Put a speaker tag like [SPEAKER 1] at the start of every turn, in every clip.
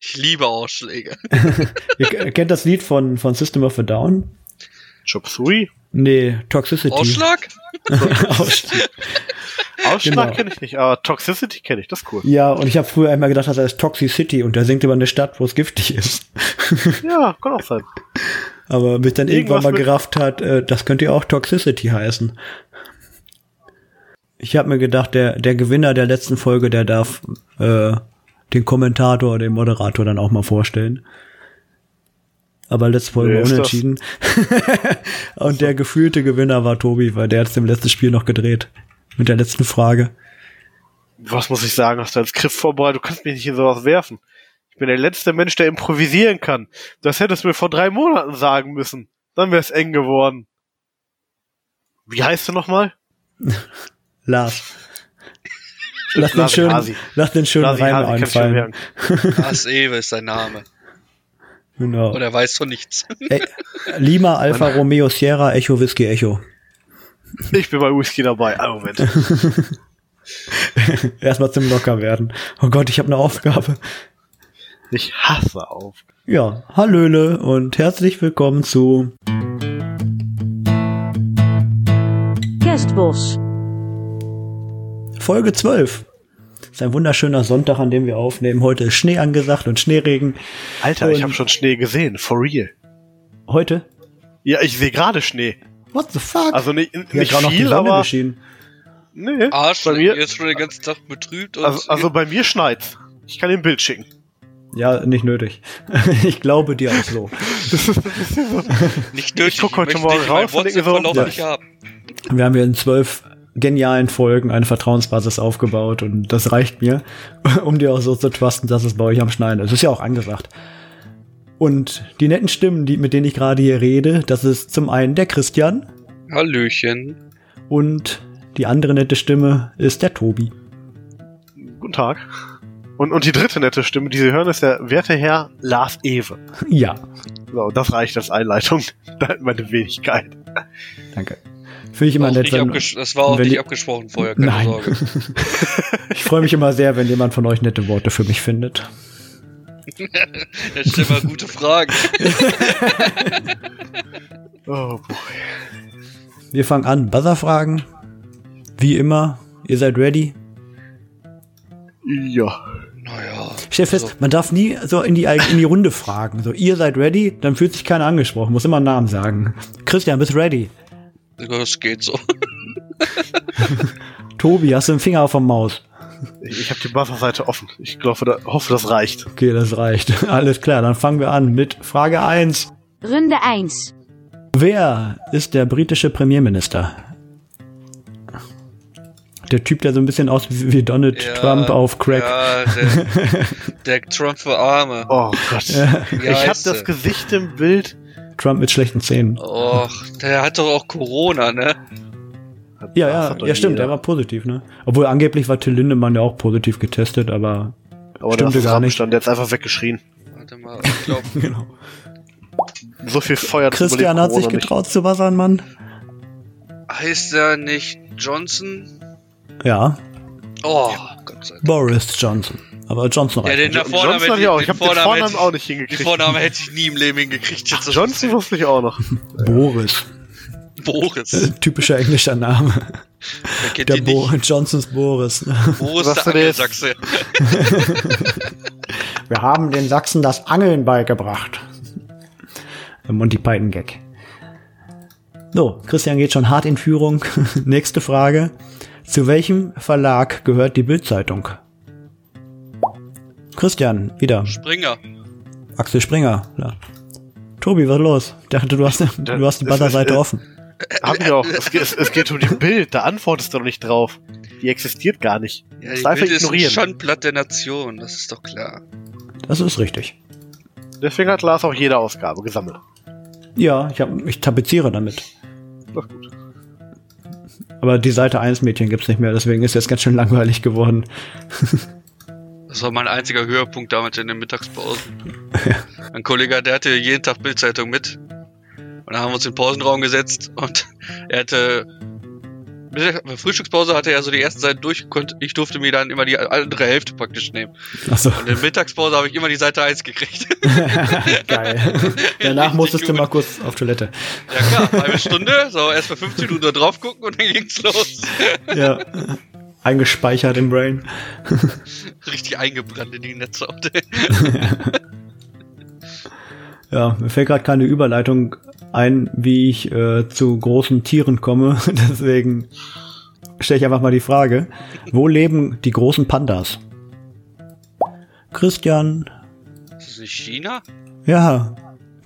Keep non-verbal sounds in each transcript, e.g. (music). [SPEAKER 1] Ich liebe Ausschläge.
[SPEAKER 2] Äh, Ihr kennt das Lied von, von System of a Down?
[SPEAKER 3] Chop Suey?
[SPEAKER 2] Nee, Toxicity. (laughs)
[SPEAKER 1] Ausschlag?
[SPEAKER 2] Ausschlag.
[SPEAKER 3] Ausschlag
[SPEAKER 2] Genau.
[SPEAKER 3] kenne ich nicht, aber Toxicity kenne ich, das ist cool.
[SPEAKER 2] ja, und ich habe früher einmal gedacht, das heißt Toxicity und der singt über eine Stadt, wo es giftig ist. (laughs)
[SPEAKER 3] Ja, kann auch sein.
[SPEAKER 2] Aber bis dann irgendwann
[SPEAKER 3] Irgendwas
[SPEAKER 2] mal
[SPEAKER 3] mit-
[SPEAKER 2] gerafft hat, äh, das könnte ja auch Toxicity heißen. Ich habe mir gedacht, der, der Gewinner der letzten Folge, der darf äh, den Kommentator oder den Moderator dann auch mal vorstellen. Aber letzte Folge
[SPEAKER 3] Wer
[SPEAKER 2] war
[SPEAKER 3] ist das?
[SPEAKER 2] unentschieden. (laughs) Und der gefühlte Gewinner war Tobi, weil der hat es im letzten Spiel noch gedreht. Mit der letzten Frage.
[SPEAKER 3] Was muss ich sagen, hast du als Griff vorbereitet? Du kannst mich nicht in sowas werfen. Ich bin der letzte Mensch, der improvisieren kann. Das hättest du mir vor drei Monaten sagen müssen. Dann wäre es eng geworden. Wie heißt du nochmal?
[SPEAKER 2] Lars. Lass den
[SPEAKER 3] Lasi
[SPEAKER 2] schönen,
[SPEAKER 3] Hasi.
[SPEAKER 2] lass den schönen
[SPEAKER 3] Nasi
[SPEAKER 2] Reim
[SPEAKER 3] Hasi, kann ich schon
[SPEAKER 2] einfallen.
[SPEAKER 3] merken.
[SPEAKER 1] Lars Ewe Ah, ist sein Name.
[SPEAKER 2] Genau.
[SPEAKER 1] Und er weiß von nichts.
[SPEAKER 2] Ey, Lima, Alfa, Romeo, Sierra, Echo, Whisky, Echo.
[SPEAKER 3] Ich bin bei Whisky dabei. Einen Moment.
[SPEAKER 2] (laughs) Erstmal zum Locker werden. Oh Gott, ich habe eine Aufgabe.
[SPEAKER 3] Ich hasse auf.
[SPEAKER 2] Ja, Hallöle und herzlich willkommen zu
[SPEAKER 4] Kerstbos.
[SPEAKER 2] Folge 12. Es ist ein wunderschöner Sonntag, an dem wir aufnehmen. Heute ist Schnee angesagt und Schneeregen.
[SPEAKER 3] Alter, ich
[SPEAKER 2] Und-
[SPEAKER 3] habe schon Schnee gesehen. For real.
[SPEAKER 2] Heute?
[SPEAKER 3] Ja, ich sehe gerade Schnee.
[SPEAKER 2] What the fuck?
[SPEAKER 3] Also nicht,
[SPEAKER 2] ja,
[SPEAKER 3] nicht
[SPEAKER 2] gerade noch die
[SPEAKER 3] viel,
[SPEAKER 2] Sonne
[SPEAKER 3] aber...
[SPEAKER 2] geschienen.
[SPEAKER 3] Nee.
[SPEAKER 1] Arsch,
[SPEAKER 3] bei mir,
[SPEAKER 1] jetzt schon den ganzen Tag betrübt. Und
[SPEAKER 3] also, also bei mir schneit's. Ich kann dir ein Bild schicken.
[SPEAKER 2] Ja, nicht nötig. (laughs) ich glaube dir auch so.
[SPEAKER 1] nicht nötig.
[SPEAKER 3] ich guck
[SPEAKER 1] möchte
[SPEAKER 3] heute Morgen
[SPEAKER 1] dich in
[SPEAKER 3] raus und
[SPEAKER 1] meinem
[SPEAKER 3] denk mir so,
[SPEAKER 1] WhatsApp-Verlauf
[SPEAKER 2] ja.
[SPEAKER 1] nicht haben.
[SPEAKER 2] Wir haben hier in zwölf genialen Folgen eine Vertrauensbasis aufgebaut und das reicht mir, (laughs) um dir auch so zu trusten, dass es bei euch am Schneiden ist. Ist ja auch angesagt. Und die netten Stimmen, die, mit denen ich gerade hier rede, das ist zum einen der Christian
[SPEAKER 1] Hallöchen.
[SPEAKER 2] und die andere nette Stimme ist der Tobi. (laughs)
[SPEAKER 3] Guten Tag. Und, und die dritte nette Stimme, die Sie hören, ist der werte Herr Lars Ewe.
[SPEAKER 2] Ja,
[SPEAKER 3] So, das reicht als Einleitung. (laughs) Da meine Wenigkeit.
[SPEAKER 2] danke. Finde ich immer
[SPEAKER 1] Auch
[SPEAKER 2] nett,
[SPEAKER 1] nicht
[SPEAKER 2] wenn,
[SPEAKER 1] abges- das war auch
[SPEAKER 2] wenn
[SPEAKER 1] nicht
[SPEAKER 2] die-
[SPEAKER 1] abgesprochen vorher, keine
[SPEAKER 2] Nein.
[SPEAKER 1] Sorge.
[SPEAKER 2] ich freue mich immer sehr, wenn jemand von euch nette Worte für mich findet.
[SPEAKER 1] Jetzt stell mal gute
[SPEAKER 2] (laughs)
[SPEAKER 1] Fragen.
[SPEAKER 3] Oh, boy.
[SPEAKER 2] Wir fangen an. Buzzerfragen. Wie immer, ihr seid ready.
[SPEAKER 3] Ja.
[SPEAKER 1] Naja.
[SPEAKER 2] Stell fest,
[SPEAKER 1] Also-
[SPEAKER 2] man darf nie so in die, in die Runde fragen. So, ihr seid ready, dann fühlt sich keiner angesprochen. Muss immer einen Namen sagen. Christian, bist ready?
[SPEAKER 1] Also, das geht so.
[SPEAKER 2] Tobi, hast du einen Finger auf der Maus?
[SPEAKER 3] Ich, ich habe die Wasserseite offen. Ich glaube, da, hoffe, das reicht.
[SPEAKER 2] Okay, das reicht. (laughs) Alles klar, dann fangen wir an mit Frage 1.
[SPEAKER 4] Runde 1.
[SPEAKER 2] Wer ist der britische Premierminister? Der Typ, der so ein bisschen aussieht wie Donald
[SPEAKER 1] Ja,
[SPEAKER 2] (laughs) Trump auf Crack.
[SPEAKER 1] Ja, der, der Trump für Arme.
[SPEAKER 3] Oh Gott.
[SPEAKER 1] Wie
[SPEAKER 3] ich habe
[SPEAKER 1] heißt
[SPEAKER 3] das
[SPEAKER 1] er?
[SPEAKER 3] Gesicht im Bild.
[SPEAKER 2] Trump mit schlechten Zähnen.
[SPEAKER 1] Oh, Och, der hat doch auch Corona, ne?
[SPEAKER 2] Ja,
[SPEAKER 3] Das
[SPEAKER 2] ja,
[SPEAKER 3] hat doch
[SPEAKER 2] ja, stimmt,
[SPEAKER 3] jeder.
[SPEAKER 2] der war positiv, ne? Obwohl angeblich war Till Lindemann ja auch positiv getestet, aber (laughs)
[SPEAKER 3] Aber
[SPEAKER 2] Stimmte
[SPEAKER 3] der
[SPEAKER 2] gar nicht.
[SPEAKER 3] Stand, der hat einfach weggeschrien.
[SPEAKER 1] Warte mal, ich glaube,
[SPEAKER 2] genau.
[SPEAKER 3] So viel Feuer das
[SPEAKER 2] Christian hat sich
[SPEAKER 3] überlebt Corona nicht.
[SPEAKER 2] getraut zu wassern, Mann.
[SPEAKER 1] heißt er nicht Johnson?
[SPEAKER 2] Ja,
[SPEAKER 1] Oh, Gott sei Dank.
[SPEAKER 2] Boris Johnson. Aber Johnson
[SPEAKER 1] Ja,
[SPEAKER 2] reicht.
[SPEAKER 1] den da vorne
[SPEAKER 3] Johnson hab ich auch. Ich habe den Vornamen auch nicht
[SPEAKER 1] Den
[SPEAKER 3] hingekriegt.
[SPEAKER 1] Vornamen hätte ich nie im Leben hingekriegt. Jetzt das
[SPEAKER 3] Johnson wusste ich auch noch.
[SPEAKER 2] Boris.
[SPEAKER 1] Boris.
[SPEAKER 2] Typischer englischer
[SPEAKER 3] (laughs)
[SPEAKER 2] Name.
[SPEAKER 1] Wer kennt
[SPEAKER 2] Der
[SPEAKER 1] ihn
[SPEAKER 2] Bo
[SPEAKER 1] nicht?
[SPEAKER 2] Johnsons Boris.
[SPEAKER 1] Boris
[SPEAKER 3] Was
[SPEAKER 1] der
[SPEAKER 3] denn jetzt?
[SPEAKER 1] Angelsachse.
[SPEAKER 2] (laughs) Wir haben den Sachsen das Angeln beigebracht. Der Monty Python Gag. So, Christian geht schon hart in Führung. (laughs) Nächste Frage. Zu welchem Verlag gehört die Bildzeitung? Christian, wieder.
[SPEAKER 1] Springer.
[SPEAKER 2] Axel Springer. Ja. Tobi, was los? Ich dachte,
[SPEAKER 3] (laughs)
[SPEAKER 2] du hast, du hast die
[SPEAKER 3] Das ist-
[SPEAKER 2] Butterseite
[SPEAKER 3] äh,
[SPEAKER 2] offen.
[SPEAKER 3] Haben wir auch. Es, geht- es, es geht um die Bild, da antwortest du doch nicht drauf. Die existiert gar nicht.
[SPEAKER 1] Ja,
[SPEAKER 3] Das
[SPEAKER 1] die
[SPEAKER 3] ist einfach
[SPEAKER 1] Bild ist ein
[SPEAKER 3] ignorieren.
[SPEAKER 1] Schandblatt der Nation, das ist doch klar.
[SPEAKER 2] Das ist richtig.
[SPEAKER 3] Deswegen hat Lars auch jede Ausgabe gesammelt.
[SPEAKER 2] Ja, ich, hab, ich tapeziere damit.
[SPEAKER 3] Doch gut.
[SPEAKER 2] Aber die Seite 1 Mädchen gibt's nicht mehr, deswegen ist jetzt ganz schön langweilig geworden.
[SPEAKER 1] Das war mein einziger Höhepunkt damals in den Mittagspausen.
[SPEAKER 3] (laughs)
[SPEAKER 1] Ein Kollege, der hatte jeden Tag Bildzeitung mit. Und dann haben wir uns in den Pausenraum gesetzt und er hatte Mittag- Frühstückspause hatte er so die ersten Seiten durch. Konnte, ich durfte mir dann immer die andere Hälfte praktisch nehmen.
[SPEAKER 2] Achso,
[SPEAKER 1] Und in der Mittagspause habe ich immer die Seite 1 gekriegt. (laughs)
[SPEAKER 2] geil. Danach
[SPEAKER 1] Richtig
[SPEAKER 2] musstest du
[SPEAKER 1] gut.
[SPEAKER 2] mal kurz auf Toilette.
[SPEAKER 1] Ja klar, halbe Stunde, so erstmal 15 Minuten da drauf gucken und dann ging's los.
[SPEAKER 2] Ja. Eingespeichert im Brain.
[SPEAKER 1] Richtig eingebrannt in die Netze.
[SPEAKER 2] Ja, mir fällt gerade keine Überleitung ein, wie ich äh, zu großen Tieren komme. (laughs) Deswegen stelle ich einfach mal die Frage: Wo leben die großen Pandas? Christian,
[SPEAKER 1] Ist das nicht China?
[SPEAKER 2] ja,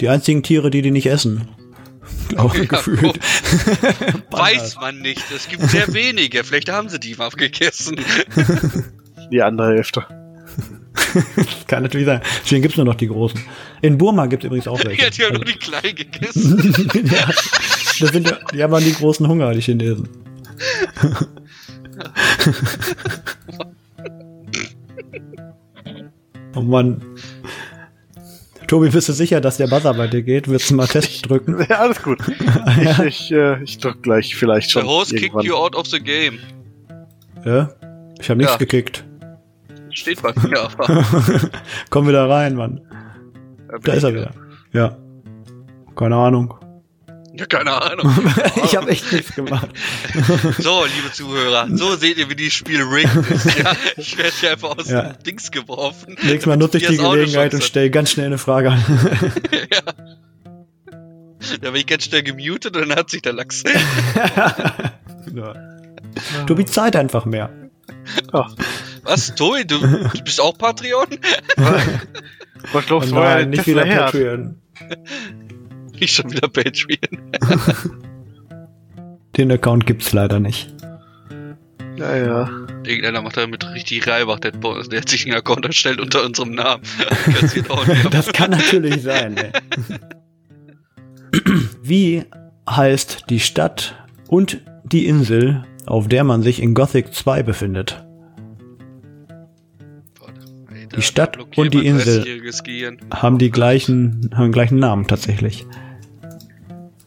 [SPEAKER 2] die einzigen Tiere, die die nicht essen.
[SPEAKER 1] (laughs)
[SPEAKER 2] Glaube
[SPEAKER 1] Ja,
[SPEAKER 2] gefühlt.
[SPEAKER 1] Weiß man nicht. Es gibt
[SPEAKER 2] (laughs)
[SPEAKER 1] sehr wenige. Vielleicht haben sie die mal gegessen.
[SPEAKER 3] Die andere Hälfte. (laughs)
[SPEAKER 2] Kann natürlich sein. Deswegen gibt's nur noch die großen. In Burma gibt's übrigens auch welche.
[SPEAKER 1] Ja, die haben nur die kleinen gegessen.
[SPEAKER 2] (laughs) ja, das sind, ja- die haben dann die großen Hunger, die Chinesen. (laughs) oh Mann. Tobi, bist du sicher, dass der Buzzer bei dir geht? Willst du mal
[SPEAKER 1] (laughs)
[SPEAKER 2] Test drücken?
[SPEAKER 3] Ja,
[SPEAKER 2] (laughs)
[SPEAKER 3] alles gut. Ich, ich, äh, ich drück gleich vielleicht schon.
[SPEAKER 1] Der Host kicked
[SPEAKER 3] irgendwann. (laughs)
[SPEAKER 1] you out of the game.
[SPEAKER 2] Ja? Ich habe nichts
[SPEAKER 1] Ja.
[SPEAKER 2] gekickt.
[SPEAKER 1] Steht bei mir aber.
[SPEAKER 2] Komm wieder rein, Mann. Da ist er wieder. Ja. Keine Ahnung.
[SPEAKER 1] Ja, keine Ahnung.
[SPEAKER 2] (laughs) ich habe echt nichts gemacht.
[SPEAKER 1] So, liebe Zuhörer, so seht ihr, wie dieses Spiel rigged ist. Ja,
[SPEAKER 2] (laughs)
[SPEAKER 1] ich werde hier einfach aus
[SPEAKER 2] Ja.
[SPEAKER 1] dem Dings geworfen.
[SPEAKER 2] Nächstes Mal nutze ich
[SPEAKER 1] Hier
[SPEAKER 2] die
[SPEAKER 1] ist auch eine
[SPEAKER 2] Gelegenheit und
[SPEAKER 1] Chance.
[SPEAKER 2] stelle ganz schnell eine Frage an.
[SPEAKER 1] Da bin ich ganz schnell gemutet und dann hat sich der Lachs. (laughs)
[SPEAKER 2] ja. Tobi, Zeit einfach mehr.
[SPEAKER 1] Was, Tobi, du, du bist auch Patreon? (laughs)
[SPEAKER 3] Was
[SPEAKER 2] Oh
[SPEAKER 3] glaubst du,
[SPEAKER 2] nein, nicht wieder
[SPEAKER 3] her?
[SPEAKER 2] Patreon.
[SPEAKER 1] Nicht schon wieder Patreon.
[SPEAKER 2] Den Account gibt's leider nicht.
[SPEAKER 3] Ja, ja.
[SPEAKER 1] Irgendeiner macht damit richtig Reibach, der, der hat sich einen Account erstellt unter unserem Namen. (laughs) Kannst ihn auch
[SPEAKER 2] (laughs)
[SPEAKER 1] nicht.
[SPEAKER 2] Das kann natürlich sein. Ey. Wie heißt die Stadt und die Insel, auf der man sich in Gothic 2 befindet?
[SPEAKER 1] Ey, da-
[SPEAKER 2] Die Stadt
[SPEAKER 1] da blockiert
[SPEAKER 2] und die
[SPEAKER 1] mein
[SPEAKER 2] Insel.
[SPEAKER 1] 30-jähriges Gehirn.
[SPEAKER 2] Haben die gleichen, haben den gleichen Namen tatsächlich.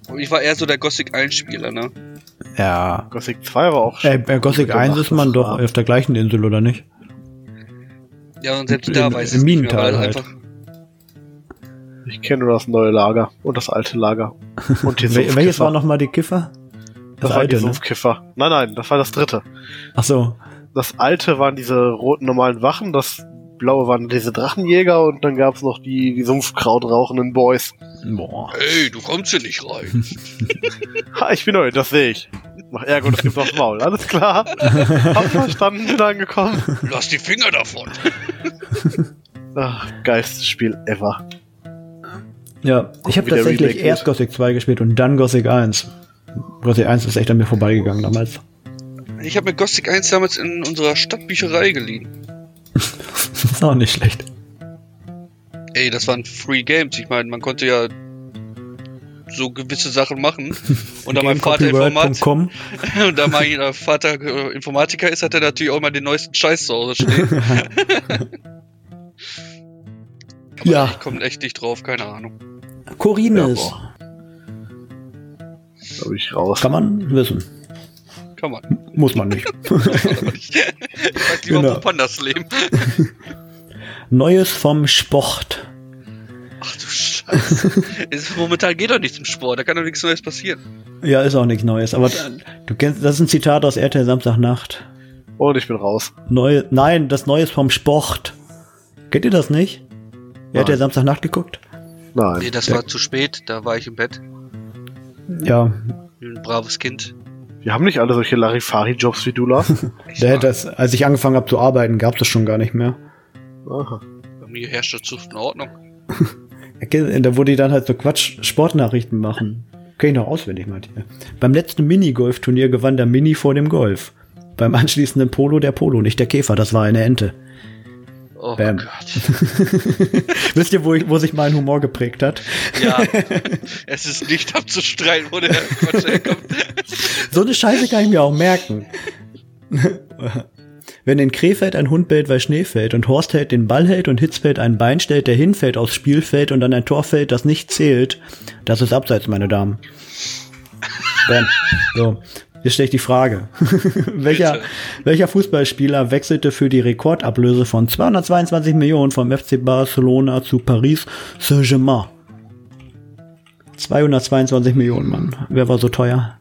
[SPEAKER 1] Und ich war eher so der Gothic-Einspieler, ne?
[SPEAKER 2] Ja.
[SPEAKER 3] Gothic 2 war auch
[SPEAKER 2] Ey, Äh, bei Gothic 1 ist man doch auf der gleichen Insel, oder nicht?
[SPEAKER 1] Ja, und selbst da
[SPEAKER 2] Im-
[SPEAKER 1] weiß
[SPEAKER 2] im
[SPEAKER 1] ich nicht mehr, weil
[SPEAKER 2] Minental
[SPEAKER 1] das
[SPEAKER 2] halt.
[SPEAKER 1] einfach
[SPEAKER 3] Ich kenne nur das neue Lager und das alte
[SPEAKER 2] (laughs)
[SPEAKER 3] Lager. Und den
[SPEAKER 2] Wel welches
[SPEAKER 3] Sumpfkiffer.
[SPEAKER 2] war nochmal die Kiffer?
[SPEAKER 3] Das, war die
[SPEAKER 2] ne?
[SPEAKER 3] Sumpfkiffer. Nein, nein, das war das dritte.
[SPEAKER 2] Ach so.
[SPEAKER 3] Das alte waren diese roten normalen Wachen, das blaue waren diese Drachenjäger und dann gab's noch die, die Sumpfkraut rauchenden Boys.
[SPEAKER 2] Boah.
[SPEAKER 1] Ey, du kommst hier nicht rein.
[SPEAKER 2] (laughs)
[SPEAKER 3] Ha, ich bin neu, das sehe ich. Mach Ärger und es gibt aufs Maul.
[SPEAKER 2] (laughs)
[SPEAKER 3] Alles klar. Hab verstanden, bin angekommen.
[SPEAKER 1] Lass die Finger davon.
[SPEAKER 3] Ach, geilstes Spiel ever.
[SPEAKER 2] Ja, ich habe
[SPEAKER 3] Wie der
[SPEAKER 2] tatsächlich
[SPEAKER 3] Remake
[SPEAKER 2] erst Gothic 2 gespielt und dann Gothic 1. Gothic 1 ist echt an mir vorbeigegangen damals. (laughs)
[SPEAKER 1] Ich habe mir Gothic 1 damals in unserer Stadtbücherei geliehen.
[SPEAKER 2] ist auch nicht schlecht.
[SPEAKER 1] Ey, das waren Free Games. Ich meine, man konnte ja so gewisse Sachen
[SPEAKER 2] (laughs)
[SPEAKER 1] machen. Und da mein Vater Informat (laughs)
[SPEAKER 2] Gamecopiword.com.
[SPEAKER 1] und da mein äh, Vater äh, Informatiker ist, hat er natürlich auch immer den neuesten Scheiß zu Hause
[SPEAKER 2] (laughs)
[SPEAKER 1] stehen.
[SPEAKER 2] Ja,
[SPEAKER 1] Ich komme echt nicht drauf, keine Ahnung.
[SPEAKER 2] Corines.
[SPEAKER 3] Da bin ich raus.
[SPEAKER 2] Kann man wissen.
[SPEAKER 1] Kann man.
[SPEAKER 2] Muss man
[SPEAKER 3] (laughs)
[SPEAKER 2] nicht.
[SPEAKER 1] (laughs) ich weiß lieber,
[SPEAKER 2] Genau.
[SPEAKER 1] wo Pandas leben.
[SPEAKER 2] Neues vom Sport.
[SPEAKER 1] Ach du Scheiße.
[SPEAKER 2] (laughs)
[SPEAKER 1] Es- momentan geht doch nichts im Sport, da kann doch nichts Neues passieren.
[SPEAKER 2] Ja, ist auch nichts Neues, aber du kennst, das ist ein Zitat aus RTL Samstagnacht.
[SPEAKER 3] Und ich bin raus.
[SPEAKER 2] Neu, nein, das Neues vom Sport. Kennt ihr das nicht? Ihr habt ja
[SPEAKER 3] Nein.
[SPEAKER 2] Samstagnacht geguckt?
[SPEAKER 1] Nee,
[SPEAKER 3] Nein.
[SPEAKER 1] das war zu spät, da war ich im Bett.
[SPEAKER 2] Ja,
[SPEAKER 1] Wie ein braves Kind.
[SPEAKER 3] Wir haben nicht alle solche Larifari-Jobs wie
[SPEAKER 2] (laughs)
[SPEAKER 3] du, Lars.
[SPEAKER 1] Ich
[SPEAKER 2] da
[SPEAKER 1] war,
[SPEAKER 2] hätte das, als ich angefangen habe zu arbeiten, gab es das schon gar nicht mehr.
[SPEAKER 3] Aha.
[SPEAKER 1] bei mir herrscht dazu in Ordnung.
[SPEAKER 2] Okay, da wurde die dann halt so Quatsch Sportnachrichten machen. Kenn ich noch auswendig, Matthias. Beim letzten Minigolf-Turnier gewann der Mini vor dem Golf. Beim anschließenden Polo der Polo, nicht der Käfer, das war eine Ente.
[SPEAKER 1] Oh
[SPEAKER 2] Bam.
[SPEAKER 1] Gott.
[SPEAKER 2] Wisst ihr, wo, ich, wo sich mein Humor geprägt hat?
[SPEAKER 1] Ja. (laughs) es ist nicht abzustreiten, wo der Quatsch herkommt.
[SPEAKER 2] So eine Scheiße kann ich mir auch merken. Wenn in Krefeld ein Hund bellt, weil Schnee fällt und Horst hält den Ball hält und Hitzfeld ein Bein stellt, der hinfällt aufs Spielfeld und dann ein Tor fällt, das nicht zählt, das ist abseits, meine Damen. Bam. So. Jetzt stelle ich die Frage. (laughs) welcher, welcher Fußballspieler wechselte für die Rekordablöse von 222 Millionen vom FC Barcelona zu Paris Saint-Germain? 222 Millionen, Mann. Wer war so teuer?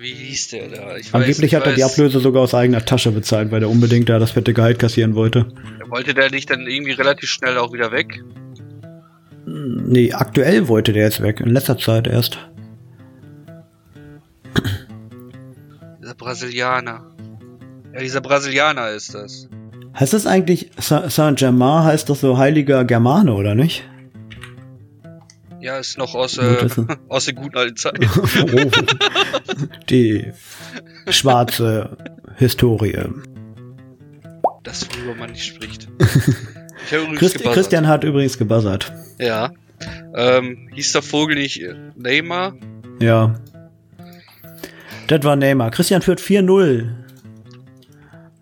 [SPEAKER 1] Wie hieß der da? Ich weiß,
[SPEAKER 2] Angeblich
[SPEAKER 1] ich
[SPEAKER 2] hat er die
[SPEAKER 1] weiß.
[SPEAKER 2] Ablöse sogar aus eigener Tasche bezahlt, weil er unbedingt da das fette Gehalt kassieren wollte.
[SPEAKER 1] Wollte der nicht dann irgendwie relativ schnell auch wieder weg?
[SPEAKER 2] Nee, aktuell wollte der jetzt weg, in letzter Zeit erst.
[SPEAKER 1] Dieser Brasilianer. Ja, dieser Brasilianer ist das.
[SPEAKER 2] Heißt das eigentlich, Sa- Saint-Germain heißt doch so heiliger Germane, oder nicht? (laughs)
[SPEAKER 1] Ja, ist noch aus,
[SPEAKER 2] Gut
[SPEAKER 1] äh,
[SPEAKER 2] wissen.
[SPEAKER 1] (laughs) aus der guten alten
[SPEAKER 2] (laughs)
[SPEAKER 1] Zeit.
[SPEAKER 2] Oh. Die schwarze Historie.
[SPEAKER 1] Das, worüber man nicht spricht.
[SPEAKER 2] (laughs)
[SPEAKER 1] Ich habe übrigens
[SPEAKER 2] Christ
[SPEAKER 1] gebuzzert.
[SPEAKER 2] Christian hat übrigens gebuzzert.
[SPEAKER 1] Ja. Ähm, hieß der Vogel nicht äh, Neymar?
[SPEAKER 2] Ja. Das war Neymar. Christian führt 4-0.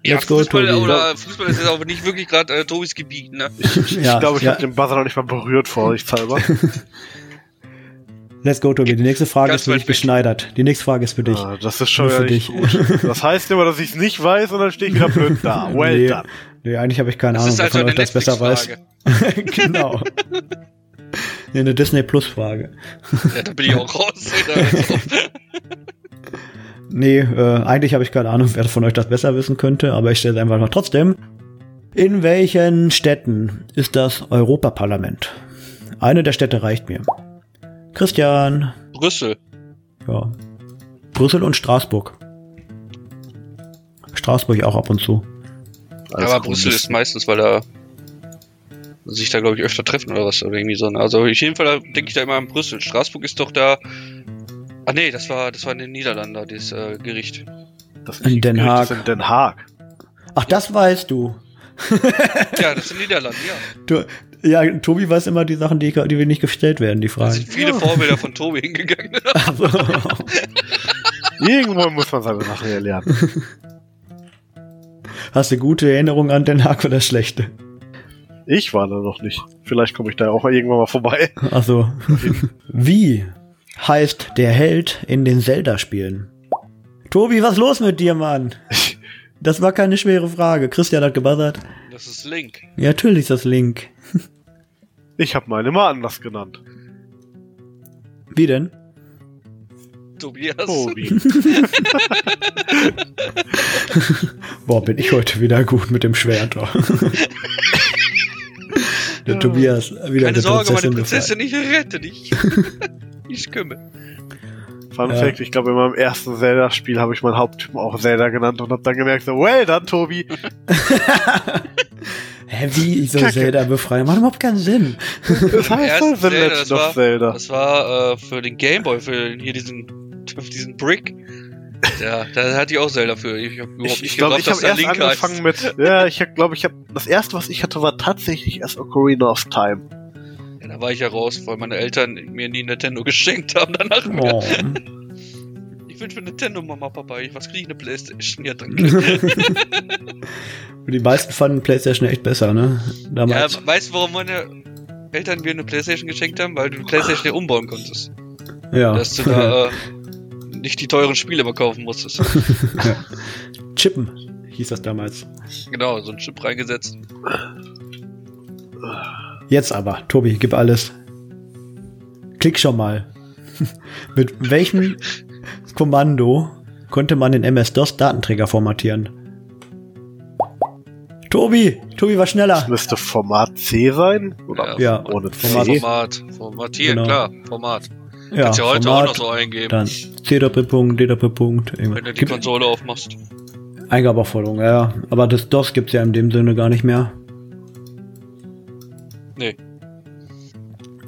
[SPEAKER 2] Let's go,
[SPEAKER 1] Fußball,
[SPEAKER 2] Tobi.
[SPEAKER 1] oder äh, Fußball ist jetzt auch nicht wirklich gerade äh, Tobis Gebiet, ne?
[SPEAKER 3] ich glaube, ich
[SPEAKER 2] ja.
[SPEAKER 3] habe den Buzzer noch nicht mal berührt, vorsichtshalber.
[SPEAKER 2] Let's go, Tobi. Die nächste Frage
[SPEAKER 1] Ganz
[SPEAKER 2] ist für
[SPEAKER 1] weit weg.
[SPEAKER 2] dich geschneidert. Die nächste Frage ist für dich.
[SPEAKER 3] ah, das ist schon
[SPEAKER 2] Nur
[SPEAKER 3] wieder
[SPEAKER 2] für
[SPEAKER 3] nicht
[SPEAKER 2] dich.
[SPEAKER 3] gut. Das heißt immer, dass ich es nicht weiß und dann stehe ich wieder blöd
[SPEAKER 2] (laughs)
[SPEAKER 3] da. Well
[SPEAKER 2] nee,
[SPEAKER 3] done.
[SPEAKER 2] nee, eigentlich habe ich keine
[SPEAKER 1] Das
[SPEAKER 2] Ahnung,
[SPEAKER 1] ist also
[SPEAKER 2] wer von
[SPEAKER 1] eine
[SPEAKER 2] euch das besser weiß.
[SPEAKER 1] Netflix-Frage.
[SPEAKER 2] (laughs) genau. Nee, eine Disney Plus Frage.
[SPEAKER 1] Ja, da bin ich auch raus.
[SPEAKER 2] (laughs)
[SPEAKER 1] Alter.
[SPEAKER 2] Nee, äh, eigentlich habe ich keine Ahnung, wer von euch das besser wissen könnte, aber ich stelle es einfach mal trotzdem. In welchen Städten ist das Europaparlament? Eine der Städte reicht mir. Christian.
[SPEAKER 1] Brüssel.
[SPEAKER 2] Ja. Brüssel und Straßburg. Straßburg auch ab und zu.
[SPEAKER 3] Alles
[SPEAKER 1] aber
[SPEAKER 3] gut.
[SPEAKER 1] Brüssel ist meistens, weil da sich da, glaube ich, öfter treffen oder was. Oder irgendwie so. Also auf jeden Fall denke ich da immer an Brüssel. Straßburg ist doch da. Ah nee, das war das war in den Niederlanden, da, dieses äh, Gericht.
[SPEAKER 3] Das
[SPEAKER 2] in Den
[SPEAKER 3] Gericht
[SPEAKER 2] Haag.
[SPEAKER 3] ist In Den Haag.
[SPEAKER 2] Ach, das weißt du.
[SPEAKER 1] Ja, das sind Niederlanden, ja.
[SPEAKER 2] du ja, Tobi weiß immer die Sachen, die, die wir nicht gestellt werden, die
[SPEAKER 1] Da
[SPEAKER 2] Fragen.
[SPEAKER 1] sind viele Vorbilder von Tobi (laughs) hingegangen.
[SPEAKER 2] Also,
[SPEAKER 3] Irgendwo muss man seine Sachen erlernen.
[SPEAKER 2] (laughs) Hast du gute Erinnerungen an Den Haag oder schlechte?
[SPEAKER 3] Ich war da noch nicht. Vielleicht komme ich da auch irgendwann mal vorbei.
[SPEAKER 1] (laughs)
[SPEAKER 2] Also, wie heißt der Held in den Zelda-Spielen? Tobi, was los mit dir, Mann? Das war keine schwere Frage. Christian hat gebuzzert.
[SPEAKER 1] Das ist Link.
[SPEAKER 2] Ja, natürlich ist das Link.
[SPEAKER 3] Ich habe meine mal anders genannt.
[SPEAKER 2] Wie denn?
[SPEAKER 1] Tobias.
[SPEAKER 3] Tobi.
[SPEAKER 2] Boah, bin ich heute wieder gut mit dem
[SPEAKER 1] (laughs)
[SPEAKER 2] Schwert. oh. der Tobias wieder
[SPEAKER 1] Keine
[SPEAKER 2] der
[SPEAKER 1] Sorge, meine
[SPEAKER 2] befreit.
[SPEAKER 1] Prinzessin, ich rette
[SPEAKER 3] (laughs)
[SPEAKER 1] dich. ich kümmere.
[SPEAKER 3] Fun
[SPEAKER 2] Ja.
[SPEAKER 3] Fact, ich glaube, in meinem ersten Zelda-Spiel habe ich meinen Haupttypen auch Zelda genannt und habe dann gemerkt, so, well
[SPEAKER 1] (laughs)
[SPEAKER 3] done, Tobi.
[SPEAKER 2] Hä, wie? Ich soll
[SPEAKER 3] Kacke.
[SPEAKER 2] Zelda befreien? Macht überhaupt keinen Sinn.
[SPEAKER 3] Das heißt
[SPEAKER 1] ersten
[SPEAKER 3] halt The
[SPEAKER 1] Zelda,
[SPEAKER 3] Legend
[SPEAKER 1] das war-
[SPEAKER 3] of Zelda.
[SPEAKER 1] Das war äh, für den Gameboy, für den- hier diesen, (laughs) für diesen Brick. Ja, da hatte ich auch Zelda für. Ich habe überhaupt
[SPEAKER 3] Ich,
[SPEAKER 1] nicht
[SPEAKER 3] ich glaube,
[SPEAKER 1] geglaubt,
[SPEAKER 3] ich
[SPEAKER 1] dass
[SPEAKER 3] habe
[SPEAKER 1] der
[SPEAKER 3] erst
[SPEAKER 1] Link heißt.
[SPEAKER 3] angefangen mit. Ja, ich glaube, ich habe das erste, was ich hatte, war tatsächlich erst Ocarina of Time.
[SPEAKER 1] Ja, da war ich ja raus, weil meine Eltern mir nie Nintendo (laughs) geschenkt haben. Danach mir.
[SPEAKER 2] Oh.
[SPEAKER 1] Ich wünsche mir Nintendo, Mama, Papa. Ich, was kriege ich? Eine Playstation? Ja, danke.
[SPEAKER 2] (laughs) Die meisten fanden PlayStation echt besser, ne?
[SPEAKER 1] ja,
[SPEAKER 2] Damals.
[SPEAKER 1] weißt du, warum meine Eltern mir eine Playstation geschenkt haben? Weil du die Playstation ja umbauen konntest.
[SPEAKER 2] Ja.
[SPEAKER 1] Dass du
[SPEAKER 2] (laughs)
[SPEAKER 1] da äh, nicht die teuren Spiele immer kaufen musstest.
[SPEAKER 2] Chippen hieß das damals.
[SPEAKER 1] Genau, so ein Chip reingesetzt.
[SPEAKER 2] Jetzt aber, Tobi, gib alles. Klick schon mal. (laughs) Mit welchem Kommando konnte man den MS-DOS-Datenträger formatieren? Tobi, Tobi war
[SPEAKER 3] Das
[SPEAKER 2] schneller.
[SPEAKER 3] müsste Format C sein? Oder
[SPEAKER 2] Ja,
[SPEAKER 3] ohne C?
[SPEAKER 2] Format-
[SPEAKER 3] Format
[SPEAKER 1] Format. Formatieren,
[SPEAKER 2] Genau.
[SPEAKER 1] klar. Format.
[SPEAKER 2] Ja,
[SPEAKER 1] Kannst ja heute auch noch
[SPEAKER 2] Format,
[SPEAKER 1] so eingeben,
[SPEAKER 2] dann C-Doppelpunkt, D-Doppelpunkt,
[SPEAKER 1] wenn du
[SPEAKER 2] irgendwas.
[SPEAKER 1] die
[SPEAKER 2] Gib-
[SPEAKER 1] Konsole aufmachst.
[SPEAKER 2] Eingabeaufforderung, ja, ja. Aber das DOS gibt's ja in dem Sinne gar nicht mehr.
[SPEAKER 1] Nee.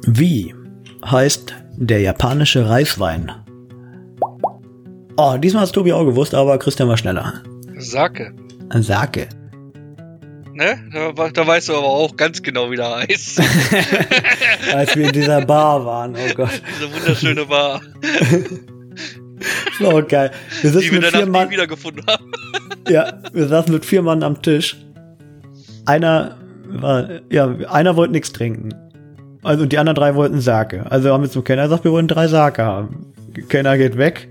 [SPEAKER 2] Wie heißt der japanische Reiswein? Oh, diesmal hat's Tobi auch gewusst, aber Christian war schneller.
[SPEAKER 1] Sake.
[SPEAKER 2] Sake.
[SPEAKER 1] Ne? Da, wa- da weißt du aber auch ganz genau, wie der heißt.
[SPEAKER 2] (laughs) Als wir in dieser Bar waren, oh
[SPEAKER 1] (laughs)
[SPEAKER 2] Gott.
[SPEAKER 1] Diese wunderschöne Bar,
[SPEAKER 2] So geil. Wir sitzen
[SPEAKER 1] die wir
[SPEAKER 2] mit vier
[SPEAKER 1] danach
[SPEAKER 2] Mann.
[SPEAKER 1] nie wiedergefunden haben.
[SPEAKER 2] Ja, wir saßen mit vier Mann am Tisch. Einer war, ja, einer wollte nichts trinken. Also und die anderen drei wollten Sake. Also haben wir zum Kellner gesagt, wir wollen drei Sake haben. Kellner geht weg.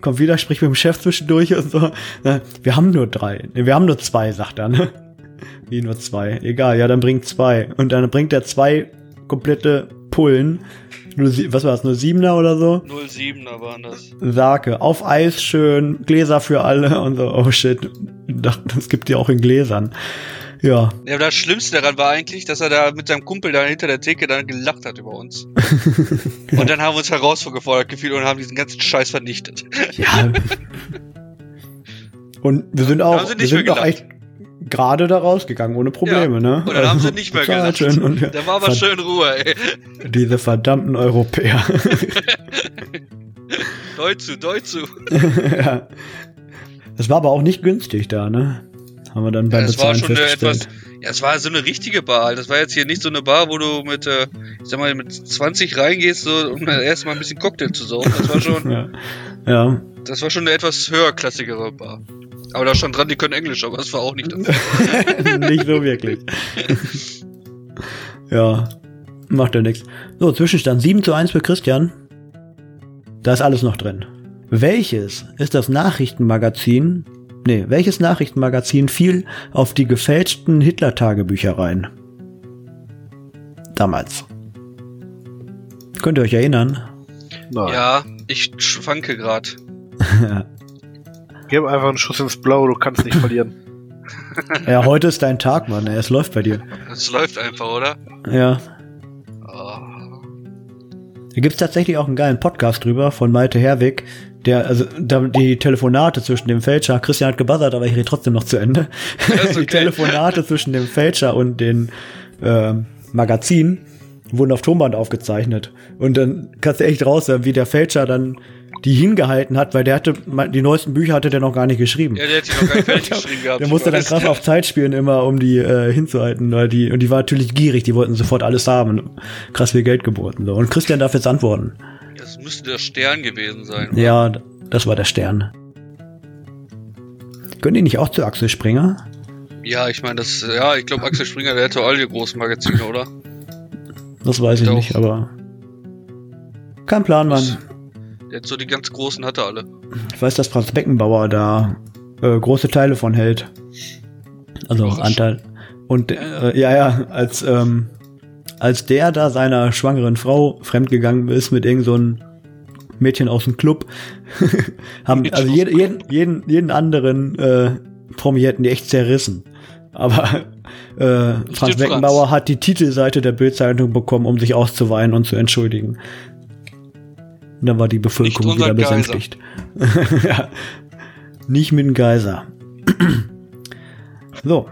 [SPEAKER 2] kommt wieder, spricht mit dem Chef zwischendurch und so. Na, wir haben nur drei. Nee, wir haben nur zwei, sagt er. Ne? Wie nur zwei. Egal, ja, dann bringt zwei. Und dann bringt er zwei komplette Pullen. Nur, sie- was war das, nur Siebener oder so?
[SPEAKER 1] 07er waren das.
[SPEAKER 2] Sake, auf Eis schön, Gläser für alle und so. Oh shit, Ich dachte, das gibt ja auch in Gläsern. Ja,
[SPEAKER 1] Ja, aber das Schlimmste daran war eigentlich, dass er da mit seinem Kumpel da hinter der Theke dann gelacht hat über
[SPEAKER 2] (laughs)
[SPEAKER 1] uns. und dann haben wir uns herausgefordert gefühlt und haben diesen ganzen Scheiß vernichtet.
[SPEAKER 2] Ja. (laughs) Und wir sind auch,
[SPEAKER 1] haben sie
[SPEAKER 2] wir
[SPEAKER 1] nicht
[SPEAKER 2] sind
[SPEAKER 1] mehr
[SPEAKER 2] auch echt gerade da rausgegangen, ohne Probleme, ne?
[SPEAKER 1] Und dann haben sie nicht mehr
[SPEAKER 2] Total
[SPEAKER 1] gelacht.
[SPEAKER 2] schön. Und
[SPEAKER 1] Da war aber
[SPEAKER 2] Verd-
[SPEAKER 1] schön Ruhe, ey.
[SPEAKER 2] Diese verdammten Europäer. (laughs)
[SPEAKER 1] Deutschu, Deutschu.
[SPEAKER 2] ja. Das war aber auch nicht günstig da, ne? Haben wir dann beim
[SPEAKER 1] Ja, das war
[SPEAKER 2] Bezahlen
[SPEAKER 1] schon eine
[SPEAKER 2] festgestellt.
[SPEAKER 1] etwas. Ja, es war so eine richtige Bar. Das war jetzt hier nicht so eine Bar, wo du mit, äh, ich sag mal, mit 20 reingehst, so, um dann erstmal ein bisschen Cocktail zu saugen. Das war schon,
[SPEAKER 2] (laughs) ja. ja.
[SPEAKER 1] das war schon eine etwas höherklassigere Bar. Aber da stand dran, die können Englisch, aber das war auch nicht das.
[SPEAKER 2] (laughs) nicht so wirklich. ja. Macht ja nichts. So, Zwischenstand 7 zu 1 für Christian. Da ist alles noch drin. Welches ist das Nachrichtenmagazin? Nee, welches Nachrichtenmagazin fiel auf die gefälschten Hitler-Tagebücher rein? Damals. Könnt ihr euch erinnern?
[SPEAKER 3] Nein.
[SPEAKER 1] Ja, ich schwanke gerade.
[SPEAKER 3] Gib einfach einen Schuss ins Blaue, du kannst nicht verlieren.
[SPEAKER 2] ja, heute ist dein Tag, Mann. ey, Es läuft bei dir.
[SPEAKER 1] Es läuft einfach, oder?
[SPEAKER 2] Ja.
[SPEAKER 1] Ah.
[SPEAKER 2] Da gibt's tatsächlich auch einen geilen Podcast drüber von Malte Herwig, der, also da, die Telefonate zwischen dem Fälscher, Christian hat gebuzzert, aber ich rede trotzdem noch zu Ende.
[SPEAKER 1] ist
[SPEAKER 2] (laughs) Die
[SPEAKER 1] okay.
[SPEAKER 2] Telefonate zwischen dem Fälscher und den ähm, Magazin wurden auf Tonband aufgezeichnet. Und dann kannst du echt raushören, wie der Fälscher dann die hingehalten hat, weil der hatte, die neuesten Bücher hatte der noch gar nicht geschrieben.
[SPEAKER 1] Ja, der hat sich noch gar nicht
[SPEAKER 2] (laughs)
[SPEAKER 1] fertig geschrieben gehabt.
[SPEAKER 2] Der musste
[SPEAKER 1] ich
[SPEAKER 2] dann
[SPEAKER 1] weiß.
[SPEAKER 2] krass auf Zeit spielen immer, um die äh, hinzuhalten. Weil die, und die war natürlich gierig, die wollten sofort alles haben. Krass viel Geld geboten. So. Und Christian darf jetzt antworten.
[SPEAKER 1] Das müsste der Stern gewesen sein.
[SPEAKER 2] Ja, d- das war der Stern. Können die nicht auch zu Axel Springer?
[SPEAKER 1] Ja, ich meine, das, ja, ich glaube, Axel Springer, der hätte alle großen Magazine, oder?
[SPEAKER 2] Das weiß ich
[SPEAKER 1] Doch.
[SPEAKER 2] nicht, aber. Kein Plan, Mann.
[SPEAKER 1] Der hat so die ganz großen hatte alle.
[SPEAKER 2] Ich weiß, dass Franz Beckenbauer da äh, große Teile von hält. Also
[SPEAKER 1] Große
[SPEAKER 2] Anteil. Und äh, ja, ja, als, ähm, als der da seiner schwangeren Frau fremdgegangen ist mit irgend so einem Mädchen aus dem Club, (laughs) haben also jeden, jeden, jeden, jeden anderen äh, Promi hätten die echt zerrissen. Aber äh, Franz
[SPEAKER 1] Franz.
[SPEAKER 2] Beckenbauer hat die Titelseite der Bildzeitung bekommen, um sich auszuweinen und zu entschuldigen. Und dann war die Bevölkerung
[SPEAKER 1] Nicht
[SPEAKER 2] wieder
[SPEAKER 1] unser Geiser.
[SPEAKER 2] besänftigt. (laughs) ja. Nicht mit dem Geiser. so.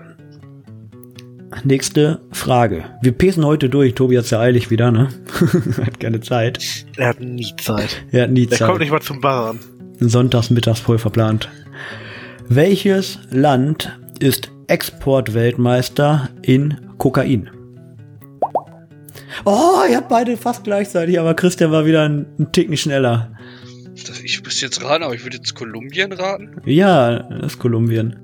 [SPEAKER 2] Nächste Frage. Wir pesen heute durch. Tobi hat's ja eilig wieder, ne? (laughs) hat keine Zeit.
[SPEAKER 3] Er hat nie Zeit.
[SPEAKER 2] Er hat nie
[SPEAKER 3] Der
[SPEAKER 2] Zeit.
[SPEAKER 3] kommt nicht mal zum Barren.
[SPEAKER 2] Sonntags mittags voll verplant. Welches Land ist Exportweltmeister in Kokain? Oh, ihr habt beide fast gleichzeitig, aber Christian war wieder ein, ein Ticken schneller.
[SPEAKER 1] Das, ich müsste jetzt raten, aber ich würde jetzt Kolumbien raten.
[SPEAKER 2] Ja, das ist Kolumbien.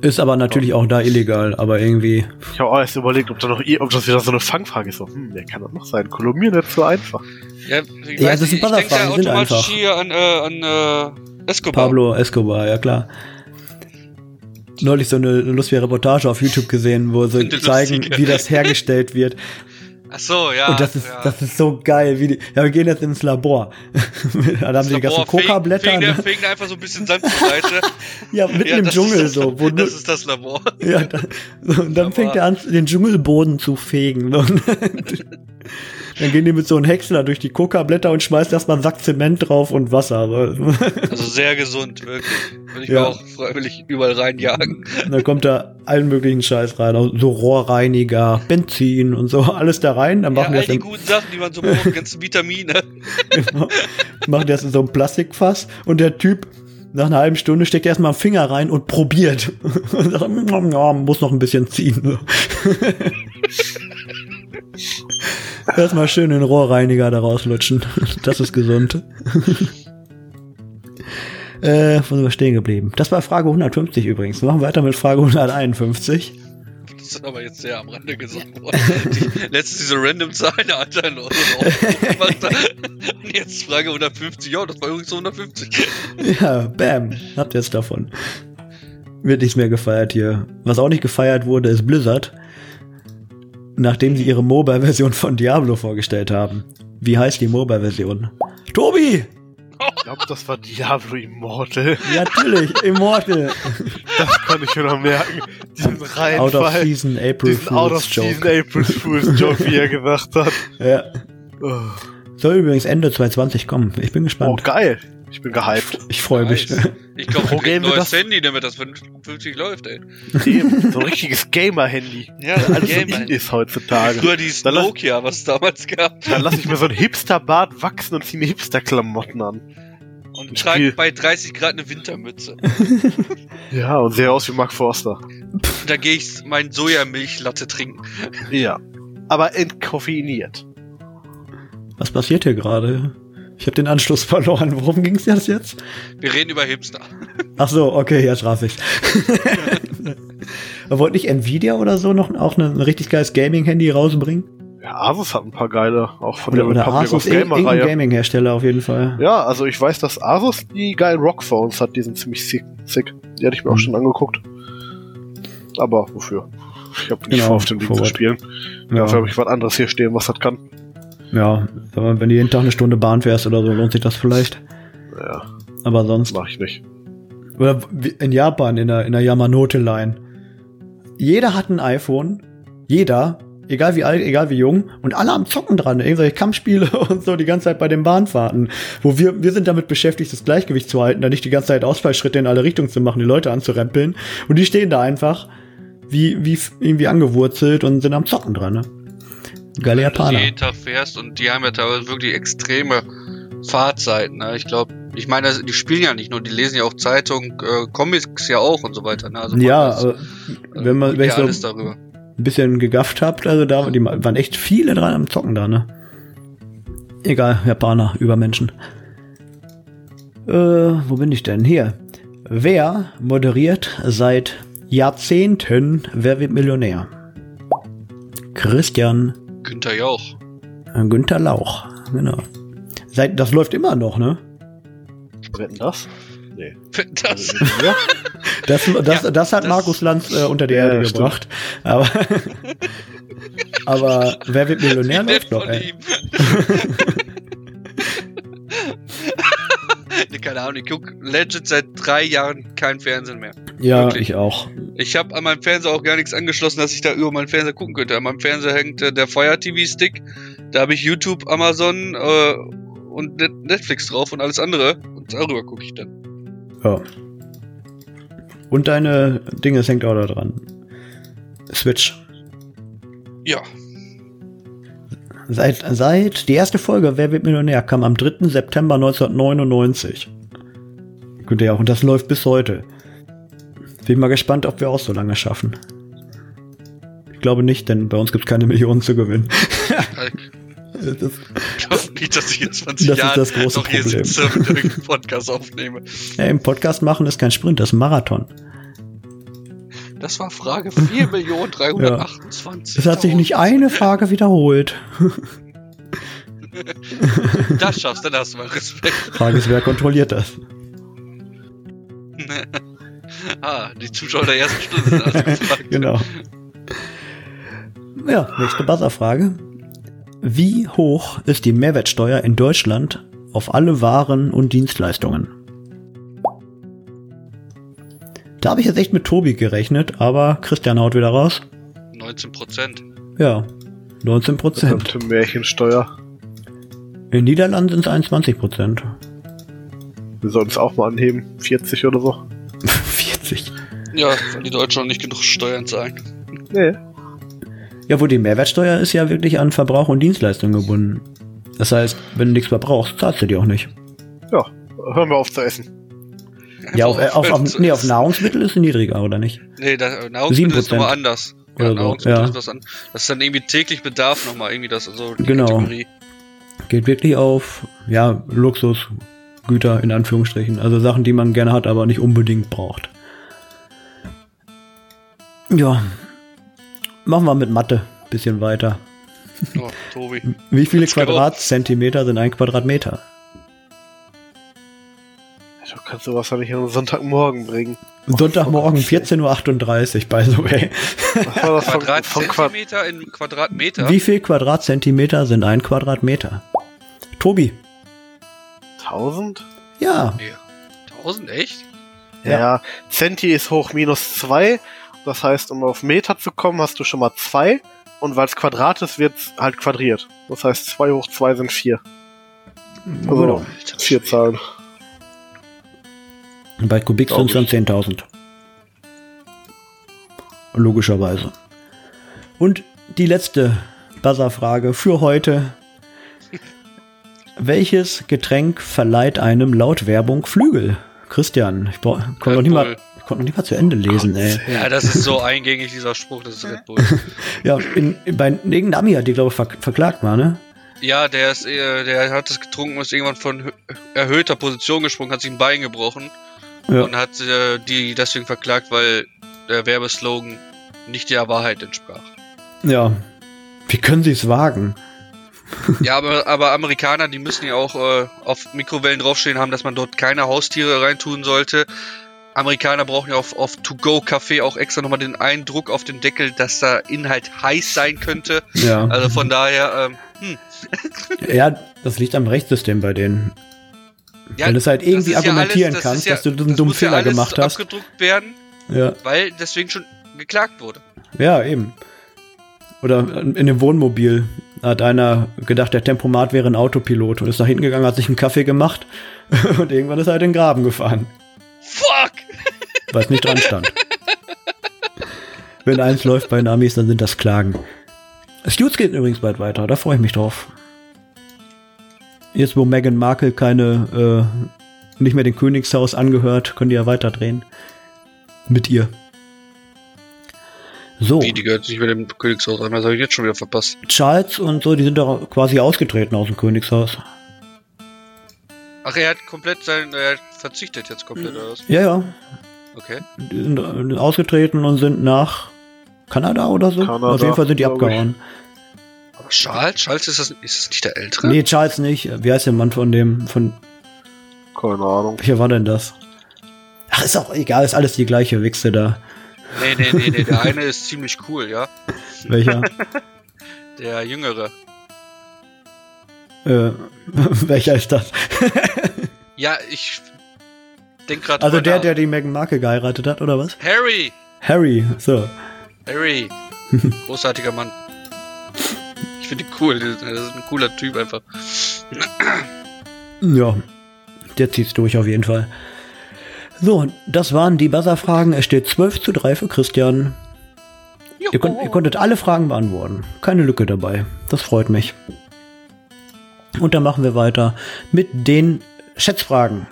[SPEAKER 2] Ist aber natürlich auch da illegal, aber irgendwie.
[SPEAKER 3] Ich habe auch erst überlegt, ob, da noch, i- ob das wieder so eine Fangfrage ist. So, hm, wer kann das noch sein? Kolumbien nicht so einfach.
[SPEAKER 1] Ja, ich
[SPEAKER 2] Ja,
[SPEAKER 1] weiß
[SPEAKER 2] das sind
[SPEAKER 1] nicht, ich denke
[SPEAKER 2] Butterfragen,
[SPEAKER 1] ja
[SPEAKER 2] die sind
[SPEAKER 1] automatisch
[SPEAKER 2] einfach.
[SPEAKER 1] hier an, äh, an äh, Escobar.
[SPEAKER 2] Pablo Escobar, ja klar. Neulich so eine lustige Reportage auf YouTube gesehen, wo sie
[SPEAKER 1] Eine
[SPEAKER 2] zeigen,
[SPEAKER 1] lustige.
[SPEAKER 2] wie das
[SPEAKER 1] (laughs)
[SPEAKER 2] hergestellt wird.
[SPEAKER 1] Ach so, ja.
[SPEAKER 2] Und das ist,
[SPEAKER 1] Ah, ja.
[SPEAKER 2] das ist so geil. Wie die, ja, wir gehen jetzt ins Labor. (laughs) da haben sie die ganzen
[SPEAKER 1] Labor fegen-
[SPEAKER 2] Coca-Blätter.
[SPEAKER 1] Fegen, der-
[SPEAKER 2] Ne?
[SPEAKER 1] fegen einfach so ein bisschen Sand zur Seite.
[SPEAKER 2] Ja, (laughs) mitten
[SPEAKER 1] Ja,
[SPEAKER 2] im
[SPEAKER 1] das
[SPEAKER 2] Dschungel
[SPEAKER 1] ist,
[SPEAKER 2] so. Wo nur,
[SPEAKER 1] (laughs) das ist das Labor.
[SPEAKER 2] ja, da, so und dann
[SPEAKER 1] Labor.
[SPEAKER 2] fängt er an, den Dschungelboden zu fegen. Ne? Und dann gehen die mit so einem Häcksler durch die Coca-Blätter und schmeißen erstmal einen Sack Zement drauf und Wasser. So.
[SPEAKER 1] Also sehr gesund, wirklich. Würde ich
[SPEAKER 2] Ja.
[SPEAKER 1] mir auch freiwillig überall reinjagen.
[SPEAKER 2] Und dann kommt da allen möglichen Scheiß rein. auch So Rohrreiniger, Benzin und so. Alles da rein. Dann
[SPEAKER 1] Ja,
[SPEAKER 2] machen
[SPEAKER 1] all
[SPEAKER 2] wir das
[SPEAKER 1] die
[SPEAKER 2] im
[SPEAKER 1] guten Sachen, die man so braucht, die ganzen Vitamine.
[SPEAKER 2] (laughs) macht das in so einem Plastikfass und der Typ nach einer halben Stunde steckt erstmal einen Finger rein und probiert. (laughs) Und sagt, "Mm, ja, muss noch ein bisschen ziehen. erstmal schön den Rohrreiniger da rauslutschen. Das ist gesund. Äh, wo sind wir stehen geblieben? Das war Frage 150 übrigens. Wir machen weiter mit Frage 151.
[SPEAKER 1] Das sind aber jetzt
[SPEAKER 2] (laughs)
[SPEAKER 1] sehr am Rande gesagt worden. Die, letztens diese random Zahlen, Alter, los. Jetzt Frage 150. Ja, das war übrigens 150.
[SPEAKER 2] Ja, bam, habt ihr es davon. Wird nichts mehr gefeiert hier. Was auch nicht gefeiert wurde, ist Blizzard. Nachdem sie ihre Mobile-Version von Diablo vorgestellt haben. Wie heißt die Mobile-Version? Tobi!
[SPEAKER 3] Ich glaube, das war Diablo Immortal.
[SPEAKER 2] Ja,
[SPEAKER 3] (laughs)
[SPEAKER 2] natürlich, Immortal.
[SPEAKER 3] Das kann ich mir noch merken. Diesen
[SPEAKER 2] Out of
[SPEAKER 3] Reihenfall.
[SPEAKER 2] Season April
[SPEAKER 3] Diesen Out of
[SPEAKER 2] Fool's
[SPEAKER 3] Season
[SPEAKER 2] Joke.
[SPEAKER 3] April Fool's Joke, wie er gesagt hat.
[SPEAKER 2] Ja.
[SPEAKER 3] Oh,
[SPEAKER 2] Soll übrigens Ende 2020 kommen. Ich bin
[SPEAKER 3] oh
[SPEAKER 2] gespannt.
[SPEAKER 3] geil. Ich bin gehypt.
[SPEAKER 2] ich freue mich.
[SPEAKER 1] Nice. Ich
[SPEAKER 3] (laughs)
[SPEAKER 1] glaube,
[SPEAKER 3] Wo
[SPEAKER 1] wir kriegen
[SPEAKER 3] gehen wir
[SPEAKER 1] neues
[SPEAKER 3] das-
[SPEAKER 1] Handy, damit das vernünftig läuft, ey.
[SPEAKER 3] Eben, so ein richtiges Gamer-Handy.
[SPEAKER 1] Ja,
[SPEAKER 3] Alles so
[SPEAKER 2] (laughs)
[SPEAKER 3] in ist heutzutage.
[SPEAKER 1] Früher dieses
[SPEAKER 3] Dann lass-
[SPEAKER 1] Nokia, was es damals gab.
[SPEAKER 3] Dann lasse ich mir so einen Hipster-Bart wachsen und ziehe mir Hipster-Klamotten an.
[SPEAKER 1] Und
[SPEAKER 3] Ein
[SPEAKER 1] trage
[SPEAKER 3] Spiel.
[SPEAKER 1] bei 30 Grad eine Wintermütze.
[SPEAKER 3] Ja, und sehe aus wie Mark Forster.
[SPEAKER 1] Und dann gehe ich meinen Sojamilchlatte trinken.
[SPEAKER 3] Ja. Aber entkoffeiniert.
[SPEAKER 2] Was passiert hier gerade? Ich habe den Anschluss verloren. Worum ging's das jetzt?
[SPEAKER 1] Wir reden über Hipster. Also
[SPEAKER 2] Ach so, okay, jetzt raff ich. Wollte nicht Nvidia oder so noch auch ein richtig geiles Gaming-Handy rausbringen?
[SPEAKER 3] Ja, Asus hat ein paar geile, auch von
[SPEAKER 2] Oder,
[SPEAKER 3] der
[SPEAKER 2] oder
[SPEAKER 3] Republic
[SPEAKER 2] Asus,
[SPEAKER 3] of
[SPEAKER 2] irg-
[SPEAKER 3] Gamer-Reihe.
[SPEAKER 2] irgendein Gaming-Hersteller auf jeden Fall.
[SPEAKER 3] Ja, also ich weiß, dass Asus die geilen Rockphones hat, die sind ziemlich sick. sick. Die hatte ich mir
[SPEAKER 2] Mhm.
[SPEAKER 3] auch schon angeguckt. Aber wofür? Ich habe nicht
[SPEAKER 2] Genau,
[SPEAKER 3] vor, auf dem Ding zu
[SPEAKER 2] forward.
[SPEAKER 3] spielen.
[SPEAKER 2] ja.
[SPEAKER 3] Dafür habe ich was anderes hier stehen, was das kann.
[SPEAKER 2] ja. Wenn man- wenn du jeden Tag eine Stunde Bahn fährst oder so, lohnt sich das vielleicht.
[SPEAKER 3] Ja,
[SPEAKER 2] Aber sonst.
[SPEAKER 3] mache ich nicht.
[SPEAKER 2] Oder wie in Japan, in der, in der Yamanote-Line. Jeder hat ein iPhone. Jeder. Egal wie alt, egal wie jung. Und alle am Zocken dran. Irgendwelche Kampfspiele (laughs) und so die ganze Zeit bei den Bahnfahrten. Wo wir, wir sind damit beschäftigt, das Gleichgewicht zu halten, da nicht die ganze Zeit Ausfallschritte in alle Richtungen zu machen, die Leute anzurempeln. Und die stehen da einfach wie, wie f- irgendwie angewurzelt und sind am Zocken dran, ne? Geile
[SPEAKER 1] Wenn
[SPEAKER 2] Japaner.
[SPEAKER 1] du jeden Tag fährst und die haben ja teilweise wirklich extreme Fahrzeiten. Ne? Ich glaube, ich meine, das- die spielen ja nicht nur, die lesen ja auch Zeitung, äh, Comics ja auch und so weiter. Ne? Also
[SPEAKER 2] Ja,
[SPEAKER 1] das-
[SPEAKER 2] aber wenn man, wenn
[SPEAKER 1] ja,
[SPEAKER 2] ich so
[SPEAKER 1] alles
[SPEAKER 2] ein
[SPEAKER 1] darüber.
[SPEAKER 2] bisschen gegafft habt, also da die waren echt viele dran am Zocken da, ne? Egal, Japaner, Übermenschen. Äh, wo bin ich denn? Hier. Wer moderiert seit Jahrzehnten Wer wird Millionär? Christian
[SPEAKER 1] Günther Jauch. (laughs)
[SPEAKER 2] Günther Lauch. Genau. Seit, das läuft immer noch, ne?
[SPEAKER 3] Wetten das? Nee.
[SPEAKER 2] Also
[SPEAKER 3] Also
[SPEAKER 1] Das,
[SPEAKER 3] Ja?
[SPEAKER 2] Das, das,
[SPEAKER 1] Ja,
[SPEAKER 2] das hat
[SPEAKER 1] das-
[SPEAKER 2] Markus Lanz äh, unter die
[SPEAKER 3] Ja,
[SPEAKER 2] Erde
[SPEAKER 3] stimmt.
[SPEAKER 2] gebracht. Aber, aber Wer wird Millionär
[SPEAKER 1] nett
[SPEAKER 2] läuft noch,
[SPEAKER 1] von
[SPEAKER 2] ey. (laughs)
[SPEAKER 1] ihm. nee, keine Ahnung, ich guck legit seit drei Jahren kein Fernsehen mehr.
[SPEAKER 2] Ja,
[SPEAKER 1] Wirklich.
[SPEAKER 2] ich auch.
[SPEAKER 1] Ich habe an meinem Fernseher auch gar nichts angeschlossen, dass ich da über meinen Fernseher gucken könnte. An meinem Fernseher hängt äh, der Fire TV Stick, da habe ich YouTube, Amazon äh, und Net Netflix drauf und alles andere. Und darüber gucke ich dann.
[SPEAKER 2] Ja. Und deine Dinge, es hängt auch da dran. Switch.
[SPEAKER 1] Ja,
[SPEAKER 2] Seit, seit die erste Folge Wer wird Millionär kam am 3. September 1999. Gut, ja, und das läuft bis heute. Bin mal gespannt, ob wir auch so lange schaffen. Ich glaube nicht, denn bei uns gibt es keine Millionen zu gewinnen. Das ist-
[SPEAKER 1] äh, ich glaube nicht, dass ich in 20
[SPEAKER 2] Das ist
[SPEAKER 1] Jahren
[SPEAKER 2] das große
[SPEAKER 1] noch hier
[SPEAKER 2] Problem.
[SPEAKER 1] sitze und irgendeinen Podcast aufnehme.
[SPEAKER 2] ja, äh, Im Podcast machen ist kein Sprint, das ist ein Marathon.
[SPEAKER 1] Das war Frage
[SPEAKER 2] (laughs)
[SPEAKER 1] 4.328.000.
[SPEAKER 2] Es hat sich nicht eine Frage wiederholt.
[SPEAKER 1] Das schaffst, dann hast du mal Respekt.
[SPEAKER 2] Frage ist, wer kontrolliert das?
[SPEAKER 1] ah, die Zuschauer der ersten Stunde sind
[SPEAKER 2] (laughs)
[SPEAKER 1] also gefragt.
[SPEAKER 2] genau. Ja, nächste Buzzer-Frage. Wie hoch ist die Mehrwertsteuer in Deutschland auf alle Waren und Dienstleistungen? Da habe ich jetzt echt mit Tobi gerechnet, aber Christian haut wieder raus.
[SPEAKER 1] 19 Prozent.
[SPEAKER 2] Ja, 19 Prozent.
[SPEAKER 3] Verdammte Märchensteuer.
[SPEAKER 2] In Niederlanden sind es 21 Prozent. (laughs)
[SPEAKER 3] Wir sollten es auch mal anheben. 40 oder so.
[SPEAKER 2] 40.
[SPEAKER 1] Ja, weil die Deutschen noch nicht genug Steuern zahlen.
[SPEAKER 3] Nee.
[SPEAKER 2] Ja, wo die Mehrwertsteuer ist ja wirklich an Verbrauch und Dienstleistung gebunden. Das heißt, wenn du nichts verbrauchst, zahlst du die auch nicht.
[SPEAKER 3] Ja. Hören wir auf zu essen.
[SPEAKER 2] Ja, auf, äh, auf, auf, nee, auf
[SPEAKER 1] Nahrung.
[SPEAKER 2] Nahrungsmittel ist sie niedriger, oder nicht?
[SPEAKER 1] Nee, da, äh, Nahrungsmittel ist
[SPEAKER 2] 7%.
[SPEAKER 1] nochmal anders.
[SPEAKER 2] Oder
[SPEAKER 1] Ja,
[SPEAKER 2] so,
[SPEAKER 1] Nahrungsmittel
[SPEAKER 2] ja.
[SPEAKER 1] ist was an. Das ist dann irgendwie täglich Bedarf nochmal, irgendwie das, so die
[SPEAKER 2] Genau.
[SPEAKER 1] Kategorie.
[SPEAKER 2] Geht wirklich auf, ja, Luxusgüter in Anführungsstrichen. Also Sachen, die man gerne hat, aber nicht unbedingt braucht. Ja. Machen wir mit Mathe bisschen weiter.
[SPEAKER 1] Oh, Tobi.
[SPEAKER 2] Wie viele
[SPEAKER 1] Let's go.
[SPEAKER 2] Quadratzentimeter sind ein Quadratmeter?
[SPEAKER 3] Du kannst sowas doch nicht an einem Sonntagmorgen bringen.
[SPEAKER 1] Oh,
[SPEAKER 2] Sonntagmorgen
[SPEAKER 3] Gott, shit.
[SPEAKER 2] 14.38 Uhr, by the way.
[SPEAKER 3] Was (laughs) war das von, von Quad
[SPEAKER 1] Quadratzentimeter in Quadratmeter?
[SPEAKER 2] Wie viel Quadratzentimeter sind ein Quadratmeter? Tobi.
[SPEAKER 3] 1000?
[SPEAKER 2] Ja,
[SPEAKER 1] Nee. 1000, echt?
[SPEAKER 3] Ja. Centi ist hoch minus 2. Das heißt, um auf Meter zu kommen, hast du schon mal 2. Und weil es Quadrat ist, wird halt quadriert. Das heißt, 2 hoch 2 sind 4. Also,
[SPEAKER 1] Alter,
[SPEAKER 3] 4 Zahlen.
[SPEAKER 2] bei Kubik sind es dann 10.000. Logischerweise. Und die letzte Buzzer-Frage
[SPEAKER 1] (laughs)
[SPEAKER 2] für heute. Welches Getränk verleiht einem laut Werbung Flügel? Christian, ich brauch- ich konnte noch,
[SPEAKER 1] Red
[SPEAKER 2] nie mal-
[SPEAKER 1] Bull.
[SPEAKER 2] ich konnt noch nicht mal zu Ende lesen, ey.
[SPEAKER 1] Ja, das ist so eingängig, dieser Spruch, das ist Red Bull.
[SPEAKER 2] Ja, in, bei irgendeinem Ami hat die, glaube ich, ver verklagt mal, ne?
[SPEAKER 1] Ja, der, ist, äh, der hat es getrunken, ist irgendwann von hö- erhöhter Position gesprungen, hat sich ein Bein gebrochen
[SPEAKER 2] Ja.
[SPEAKER 1] und hat äh, die deswegen verklagt, weil der Werbeslogan nicht der Wahrheit
[SPEAKER 2] (laughs)
[SPEAKER 1] entsprach.
[SPEAKER 2] Ja. Wie können sie es wagen?
[SPEAKER 1] ja, aber, aber Amerikaner, die müssen ja auch äh, auf Mikrowellen draufstehen haben, dass man dort keine Haustiere reintun sollte. Amerikaner brauchen ja auf, auf To-Go-Kaffee auch extra nochmal den Eindruck auf den Deckel, dass da Inhalt heiß sein könnte.
[SPEAKER 2] Ja.
[SPEAKER 1] Also von daher, ähm, hm,
[SPEAKER 2] ja, das liegt am Rechtssystem bei denen.
[SPEAKER 1] Ja,
[SPEAKER 2] Wenn du es halt
[SPEAKER 1] das
[SPEAKER 2] irgendwie
[SPEAKER 1] ist ja
[SPEAKER 2] argumentieren
[SPEAKER 1] alles- das ist
[SPEAKER 2] kannst,
[SPEAKER 1] ja-
[SPEAKER 2] dass du einen
[SPEAKER 1] das
[SPEAKER 2] dummen
[SPEAKER 1] muss ja
[SPEAKER 2] Fehler
[SPEAKER 1] alles
[SPEAKER 2] gemacht hast.
[SPEAKER 1] abgedruckt werden,
[SPEAKER 2] Ja.
[SPEAKER 1] weil deswegen schon geklagt wurde.
[SPEAKER 2] ja, eben. Oder in in dem Wohnmobil hat einer gedacht, der Tempomat wäre ein Autopilot und ist nach hinten gegangen, hat sich einen Kaffee gemacht (laughs) und irgendwann ist er halt in den Graben gefahren,
[SPEAKER 1] Fuck!
[SPEAKER 2] weil es nicht dran stand. Wenn eins läuft bei den Amis, dann sind das Klagen. Stutes geht übrigens bald weiter, da freue ich mich drauf. Jetzt, wo Meghan Markle keine, äh, nicht mehr dem Königshaus angehört, können die ja weiterdrehen. Mit ihr. So,
[SPEAKER 1] Wie, die gehört nicht mit dem Königshaus an, das habe ich jetzt schon wieder verpasst.
[SPEAKER 2] Charles und so, die sind doch quasi ausgetreten aus dem Königshaus.
[SPEAKER 1] Ach, er hat komplett sein, er hat verzichtet jetzt komplett, oder was?
[SPEAKER 2] Ja, ja,
[SPEAKER 1] Okay.
[SPEAKER 2] die sind äh, ausgetreten und sind nach Kanada oder so.
[SPEAKER 3] Kanada,
[SPEAKER 2] Auf jeden Fall sind die
[SPEAKER 3] glaub ich.
[SPEAKER 2] abgehauen.
[SPEAKER 1] Aber Charles, Charles ist das, ist das nicht der Ältere?
[SPEAKER 2] Nee, Charles nicht. Wie heißt der Mann von dem, von,
[SPEAKER 3] Keine Ahnung.
[SPEAKER 2] welcher war denn das? Ach, ist auch egal, ist alles die gleiche Wichse da.
[SPEAKER 1] Nee, nee, nee, nee, der
[SPEAKER 2] (laughs)
[SPEAKER 1] eine ist ziemlich cool, ja.
[SPEAKER 3] (laughs)
[SPEAKER 2] Welcher?
[SPEAKER 1] Der Jüngere.
[SPEAKER 2] äh, (laughs) welcher ist das?
[SPEAKER 1] Ja, ich denk gerade
[SPEAKER 2] Also der, der die Meghan Markle geheiratet hat, oder was?
[SPEAKER 1] Harry!
[SPEAKER 2] Harry, so. (laughs)
[SPEAKER 1] Harry! Großartiger Mann. Ich finde ihn cool, das ist ein cooler Typ einfach.
[SPEAKER 2] Ja, der zieht's durch auf jeden Fall. So, das waren die Buzzer-Fragen. Es steht 12 zu 3 für Christian. Ihr, konnt, ihr konntet alle Fragen beantworten. Keine Lücke dabei. Das freut mich. Und dann machen wir weiter mit den Schätzfragen.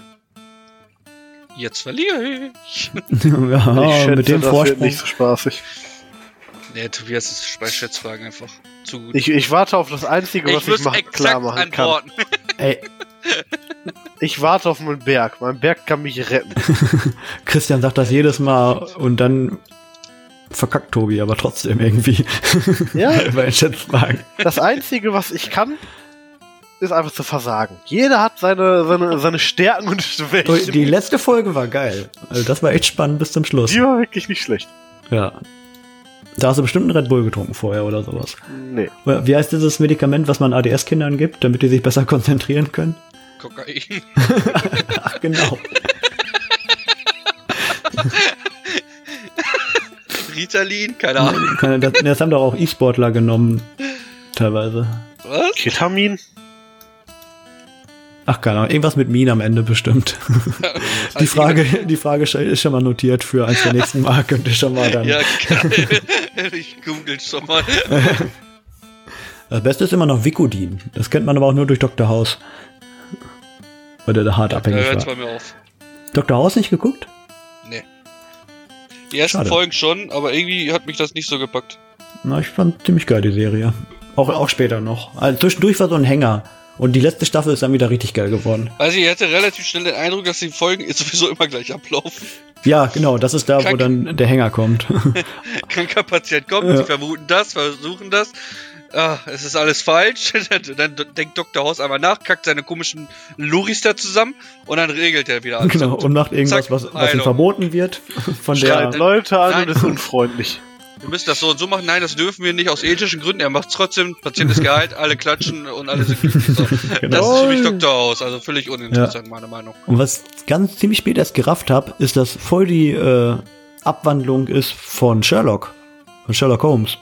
[SPEAKER 2] (laughs)
[SPEAKER 1] Jetzt verliere ich.
[SPEAKER 2] ja,
[SPEAKER 3] ich schätze,
[SPEAKER 2] mit dem
[SPEAKER 3] das wird
[SPEAKER 2] Vorsprung.
[SPEAKER 3] nicht so spaßig.
[SPEAKER 1] Nee, Tobias ist bei Schätzfragen einfach zu gut.
[SPEAKER 3] Ich, ich warte auf das Einzige, was ich,
[SPEAKER 1] muss
[SPEAKER 3] machen, klar machen kann.
[SPEAKER 2] Ey,
[SPEAKER 3] Ich warte auf meinen Berg. Mein Berg kann
[SPEAKER 2] (laughs)
[SPEAKER 3] mich retten.
[SPEAKER 2] Christian sagt das jedes Mal und dann verkackt Tobi, aber trotzdem irgendwie. (laughs)
[SPEAKER 3] Ja,
[SPEAKER 2] bei den Schätzfragen.
[SPEAKER 3] das Einzige, was ich kann, ist einfach zu versagen. Jeder hat seine, seine, seine Stärken und
[SPEAKER 2] So,
[SPEAKER 3] Schwächen.
[SPEAKER 2] Die letzte Folge war geil. Also das war echt spannend bis zum Schluss.
[SPEAKER 3] Die war wirklich nicht schlecht.
[SPEAKER 2] Ja. Da hast du bestimmt einen Red Bull getrunken vorher oder sowas.
[SPEAKER 3] Nee.
[SPEAKER 2] Oder Wie heißt dieses Medikament, was man ADS-Kindern gibt, damit die sich besser konzentrieren können?
[SPEAKER 1] (laughs) Kokain.
[SPEAKER 2] Ach, genau.
[SPEAKER 1] Ritalin? Keine Ahnung.
[SPEAKER 2] Keine- Das, das haben doch auch E-Sportler genommen. Teilweise.
[SPEAKER 1] Was?
[SPEAKER 3] Ketamin?
[SPEAKER 2] Ach, keine Ahnung. Irgendwas mit Min am Ende bestimmt. Die Frage, die Frage sch- ist schon mal notiert für eins der nächsten Mal. Könnt ihr schon mal dann.
[SPEAKER 1] Ja, geil. (laughs) Ich google schon mal.
[SPEAKER 2] Das Beste ist immer noch Vicodin. Das kennt man aber auch nur durch Dr. House. Weil der da hart
[SPEAKER 1] Da
[SPEAKER 2] abhängig
[SPEAKER 1] hört's
[SPEAKER 2] war.
[SPEAKER 1] bei mir auf.
[SPEAKER 2] Dr. House nicht geguckt?
[SPEAKER 1] Die ersten
[SPEAKER 2] Schade.
[SPEAKER 1] Folgen schon, aber irgendwie hat mich das nicht so gepackt.
[SPEAKER 2] Na, ich fand ziemlich geil die Serie. Auch, auch später noch. Also, zwischendurch war so ein Hänger. Und die letzte Staffel ist dann wieder richtig geil geworden.
[SPEAKER 1] Also ich hatte relativ schnell den Eindruck, dass die Folgen jetzt sowieso immer gleich
[SPEAKER 2] (laughs)
[SPEAKER 1] ablaufen.
[SPEAKER 2] Ja, genau, das ist da, wo
[SPEAKER 1] Krank.
[SPEAKER 2] dann der Hänger kommt.
[SPEAKER 1] Kranker Patient kommt,
[SPEAKER 2] Ja.
[SPEAKER 1] sie vermuten das, versuchen das. ah, es ist alles falsch. (laughs) Dann denkt Dr. House einmal nach, kackt seine komischen Luris da zusammen und dann regelt er wieder alles.
[SPEAKER 2] Genau, und macht irgendwas,
[SPEAKER 1] Also Zack,
[SPEAKER 2] was, was ihm
[SPEAKER 1] Heilung.
[SPEAKER 2] verboten wird. Von
[SPEAKER 3] Schreit
[SPEAKER 2] der.
[SPEAKER 3] Leute an
[SPEAKER 1] Nein.
[SPEAKER 3] und ist unfreundlich.
[SPEAKER 1] Wir müssen das so und so machen. Nein, das dürfen wir nicht aus ethischen Gründen. Er macht's trotzdem. Patient ist geheilt, alle klatschen und alle sind glücklich.
[SPEAKER 2] (laughs)
[SPEAKER 1] So. Das
[SPEAKER 2] Genau.
[SPEAKER 1] ist für mich Dr. House, also völlig uninteressant, meiner Meinung.
[SPEAKER 2] Und was ganz ziemlich spät erst gerafft habe, ist, dass voll die äh, Abwandlung ist von Sherlock. Von Sherlock Holmes.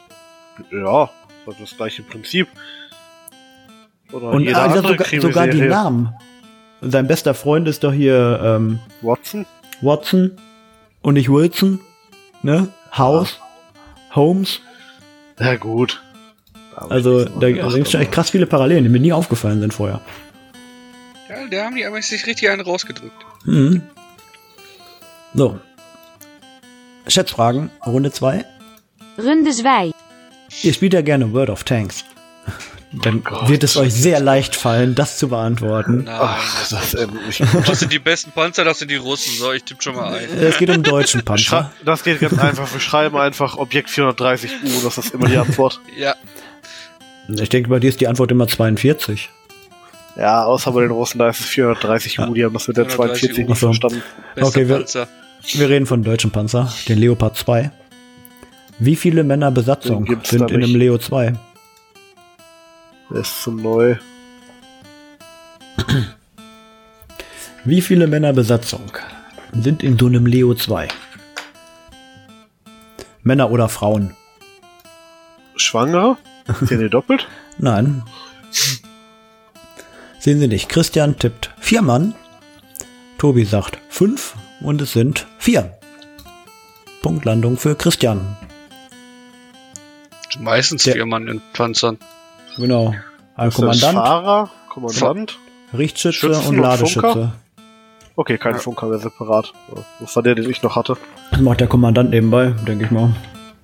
[SPEAKER 3] Ja, das ist das gleiche Prinzip. Oder
[SPEAKER 2] Und
[SPEAKER 3] jeder
[SPEAKER 2] ah,
[SPEAKER 3] andere
[SPEAKER 2] sogar, sogar die
[SPEAKER 3] Krimiserie.
[SPEAKER 2] Namen. Sein bester Freund ist doch hier ähm,
[SPEAKER 3] Watson?
[SPEAKER 2] Watson und nicht Wilson. Ne? House. Holmes.
[SPEAKER 3] Ja, gut. Da hab ich
[SPEAKER 2] Also
[SPEAKER 3] nicht so
[SPEAKER 2] da
[SPEAKER 3] gedacht,
[SPEAKER 2] sind schon
[SPEAKER 3] aber-
[SPEAKER 2] echt krass viele Parallelen, die mir nie aufgefallen sind vorher.
[SPEAKER 1] Ja, da haben die aber sich richtig einen rausgedrückt.
[SPEAKER 2] Mhm. So. Schätzfragen, Runde 2.
[SPEAKER 4] Runde 2.
[SPEAKER 2] Ihr spielt ja gerne World of Tanks. Dann
[SPEAKER 3] Oh Gott.
[SPEAKER 2] wird es euch sehr leicht fallen, das zu beantworten.
[SPEAKER 1] Nein.
[SPEAKER 3] Ach, das ist eben
[SPEAKER 2] (laughs)
[SPEAKER 3] nicht gut.
[SPEAKER 1] Das sind die besten Panzer, das sind die Russen. So, ich tippe schon mal ein.
[SPEAKER 2] Es geht um deutschen Panzer.
[SPEAKER 3] (laughs) Schra das geht ganz einfach. Wir schreiben einfach Objekt 430U, das ist immer die Antwort.
[SPEAKER 1] Ja,
[SPEAKER 2] Ich denke, bei dir ist die Antwort immer 42.
[SPEAKER 3] Ja, außer bei den Russen, da ist es 430U, die haben das mit der 42
[SPEAKER 2] Ach
[SPEAKER 3] nicht
[SPEAKER 2] so.
[SPEAKER 3] verstanden.
[SPEAKER 1] bester
[SPEAKER 2] Okay, wir-
[SPEAKER 1] Panzer.
[SPEAKER 2] Wir reden von deutschen Panzer, den Leopard 2. Wie viele Männer Besatzung
[SPEAKER 3] Den gibt's
[SPEAKER 2] sind
[SPEAKER 3] da
[SPEAKER 2] in einem
[SPEAKER 3] nicht.
[SPEAKER 2] Leo 2?
[SPEAKER 3] Der ist zu neu.
[SPEAKER 2] Wie viele Männer Besatzung sind in so einem Leo 2? Männer oder Frauen?
[SPEAKER 3] Schwanger? Sind die doppelt?
[SPEAKER 2] Nein. Sehen Sie nicht. Christian tippt vier Mann. Tobi sagt fünf und es sind vier. Punktlandung für Christian.
[SPEAKER 1] Meistens
[SPEAKER 2] Der-
[SPEAKER 1] vier Mann in Panzern.
[SPEAKER 2] Genau. Ein (laughs)
[SPEAKER 3] Ist das
[SPEAKER 2] Kommandant,
[SPEAKER 3] Fahrer, Kommandant.
[SPEAKER 2] Richtschütze
[SPEAKER 3] Schützen
[SPEAKER 2] und
[SPEAKER 3] und
[SPEAKER 2] Ladeschütze.
[SPEAKER 3] Okay, kein Funker, der separat. Ja, Das war der, den ich noch hatte.
[SPEAKER 2] Das macht der Kommandant nebenbei, denke ich mal.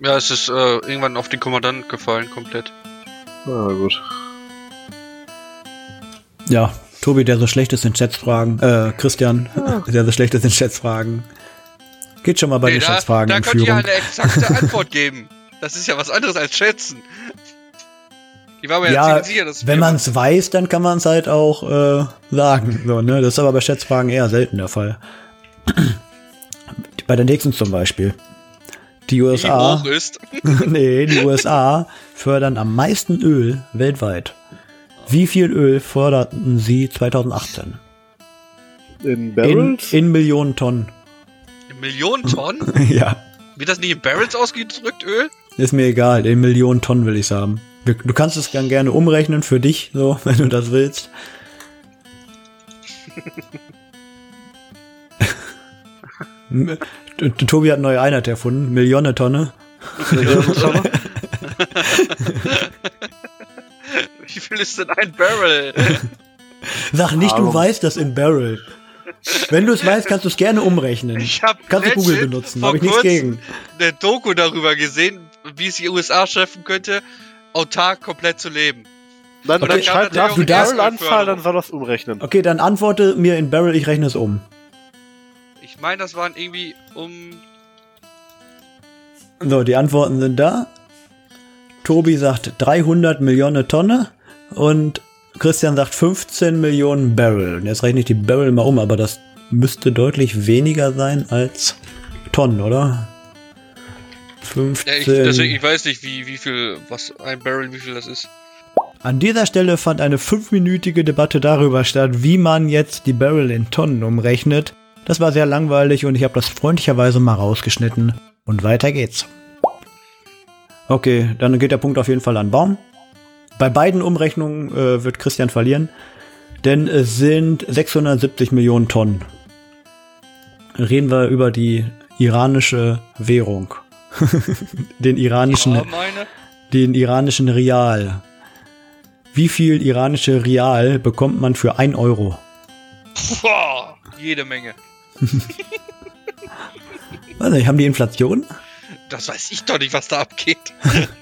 [SPEAKER 1] Ja, es ist äh, irgendwann auf den Kommandanten gefallen, komplett.
[SPEAKER 3] Na gut.
[SPEAKER 2] Ja, Tobi, der so schlecht ist in Schätzfragen, äh, Christian, (laughs) der so schlecht ist in Schätzfragen. Geht schon mal bei den
[SPEAKER 1] da,
[SPEAKER 2] Schätzfragen
[SPEAKER 1] da
[SPEAKER 2] in
[SPEAKER 1] könnt ihr
[SPEAKER 2] Führung.
[SPEAKER 1] eine exakte Antwort geben. Das ist ja was anderes als schätzen. Ich war mir jetzt
[SPEAKER 2] Ja,
[SPEAKER 1] ziemlich sicher, dass
[SPEAKER 2] wenn man es weiß, dann kann man es halt auch äh, sagen. So, ne? Das ist aber bei Schätzfragen eher selten der Fall. bei der nächsten zum Beispiel. Die
[SPEAKER 1] wie
[SPEAKER 2] USA,
[SPEAKER 1] hoch ist.
[SPEAKER 2] (laughs) nee, die USA fördern am meisten Öl weltweit. Wie viel Öl förderten sie 2018?
[SPEAKER 3] In
[SPEAKER 2] In,
[SPEAKER 3] Barrels?
[SPEAKER 2] in Millionen Tonnen. (laughs)
[SPEAKER 1] Millionen Tonnen?
[SPEAKER 2] ja.
[SPEAKER 1] Wird das nicht in Barrels ausgedrückt, Öl?
[SPEAKER 2] Ist mir egal, in Millionen Tonnen will ich es haben. Wir- Du kannst es dann gerne umrechnen für dich, so, (laughs) wenn du das willst. M- T- T- Tobi hat eine neue Einheit erfunden, Millionen Tonne.
[SPEAKER 3] (laughs)
[SPEAKER 1] Wie viel ist denn ein Barrel?
[SPEAKER 2] (laughs) Sag nicht, du
[SPEAKER 3] Warum?
[SPEAKER 2] weißt das in Barrel. Wenn du es weißt, kannst du es gerne umrechnen.
[SPEAKER 1] Ich hab
[SPEAKER 2] kannst du
[SPEAKER 1] legit
[SPEAKER 2] Google benutzen,
[SPEAKER 1] vor
[SPEAKER 2] habe ich nichts
[SPEAKER 1] kurzem
[SPEAKER 2] gegen.
[SPEAKER 1] Eine Doku darüber gesehen, wie es die USA schaffen könnte, autark komplett zu leben.
[SPEAKER 3] Dann
[SPEAKER 1] Okay,
[SPEAKER 3] okay, schreib
[SPEAKER 1] dann
[SPEAKER 3] nach
[SPEAKER 1] darf- du
[SPEAKER 3] die
[SPEAKER 1] darfst-
[SPEAKER 3] Barrel-Anzahl, dann soll das umrechnen.
[SPEAKER 2] Okay, dann antworte mir in Barrel, ich rechne es um.
[SPEAKER 1] Ich meine, das waren irgendwie um.
[SPEAKER 2] So, die Antworten sind da. Tobi sagt 300 Millionen Tonne und Christian sagt 15 Millionen Barrel. Und jetzt rechne ich die Barrel mal um, aber das müsste deutlich weniger sein als Tonnen, oder?
[SPEAKER 1] Ja, ich,
[SPEAKER 2] 15.
[SPEAKER 1] deswegen, ich weiß nicht, wie, wie viel, was ein Barrel, wie viel das ist.
[SPEAKER 2] An dieser Stelle fand eine fünfminütige Debatte darüber statt, wie man jetzt die Barrel in Tonnen umrechnet. Das war sehr langweilig und ich habe das freundlicherweise mal rausgeschnitten. Und weiter geht's. Okay, dann geht der Punkt auf jeden Fall an Baum. Bei beiden Umrechnungen äh, wird Christian verlieren, denn es sind 670 Millionen Tonnen. Reden wir über die iranische Währung. (laughs) Den iranischen
[SPEAKER 1] Ja, meine.
[SPEAKER 2] den iranischen Rial. Wie viel iranische Rial bekommt man für 1 Euro?
[SPEAKER 1] Boah, jede Menge.
[SPEAKER 2] Weiß nicht, haben die Inflation?
[SPEAKER 1] Das weiß ich doch nicht, was da abgeht.
[SPEAKER 2] (laughs)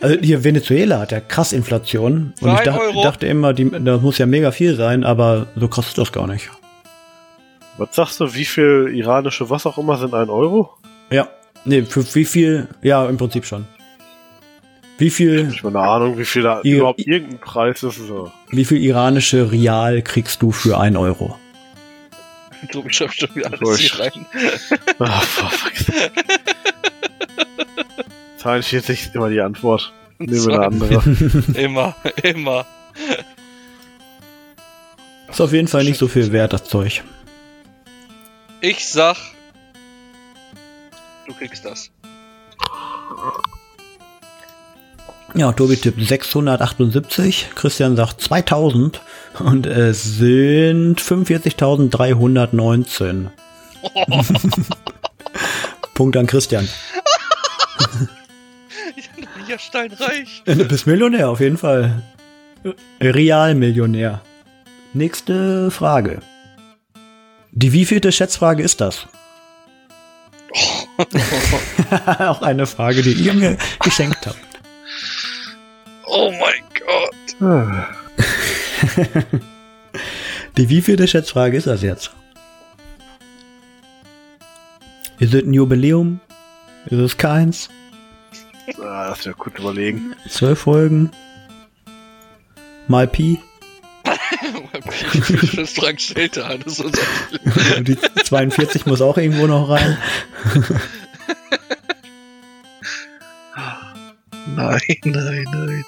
[SPEAKER 2] Also hier Venezuela hat ja krass Inflation. Und
[SPEAKER 1] Für
[SPEAKER 2] ich
[SPEAKER 1] ein
[SPEAKER 2] dach,
[SPEAKER 1] Euro?
[SPEAKER 2] dachte immer, die, das muss ja mega viel sein, aber so krass ist das gar nicht.
[SPEAKER 3] Was sagst du, wie viel iranische was auch immer sind ein Euro?
[SPEAKER 2] Ja. Nee, für wie viel? Ja, im Prinzip schon. Wie viel,
[SPEAKER 3] Ich habe eine Ahnung, wie viel da
[SPEAKER 2] Ihr-
[SPEAKER 3] überhaupt irgendein Preis ist. So.
[SPEAKER 2] wie viel iranische Rial kriegst du für 1 Euro?
[SPEAKER 1] Ich glaube, ich schreibe schon wieder alles
[SPEAKER 3] Wurscht.
[SPEAKER 1] hier rein.
[SPEAKER 3] Ah, fuck. 42 ist immer die Antwort.
[SPEAKER 1] (laughs)
[SPEAKER 3] Nehmen wir eine andere.
[SPEAKER 1] Immer, immer.
[SPEAKER 2] Ist auf jeden Fall nicht so viel wert, das Zeug.
[SPEAKER 1] Ich sag, du kriegst das.
[SPEAKER 2] Ja, Tobi tippt 678, Christian sagt 2000 und es sind 45.319. (laughs) Punkt an Christian.
[SPEAKER 1] (laughs) Ja, steinreich.
[SPEAKER 2] Du bist Millionär auf jeden Fall. Realmillionär. Nächste Frage. Die wievielte Schätzfrage ist das? (laughs) Auch eine Frage, die ihr mir geschenkt habt.
[SPEAKER 1] Oh mein Gott. (laughs)
[SPEAKER 3] Ah,
[SPEAKER 2] Die wievielte Schätzfrage ist das jetzt? Ist es ein Jubiläum? Ist es keins?
[SPEAKER 3] Ah, das wäre gut überlegen.
[SPEAKER 2] Zwölf Folgen? Mal Pi? (laughs)
[SPEAKER 1] das Frank stellt da alles und sagt,
[SPEAKER 2] Die 42 muss auch irgendwo noch rein.
[SPEAKER 1] nein, nein, nein.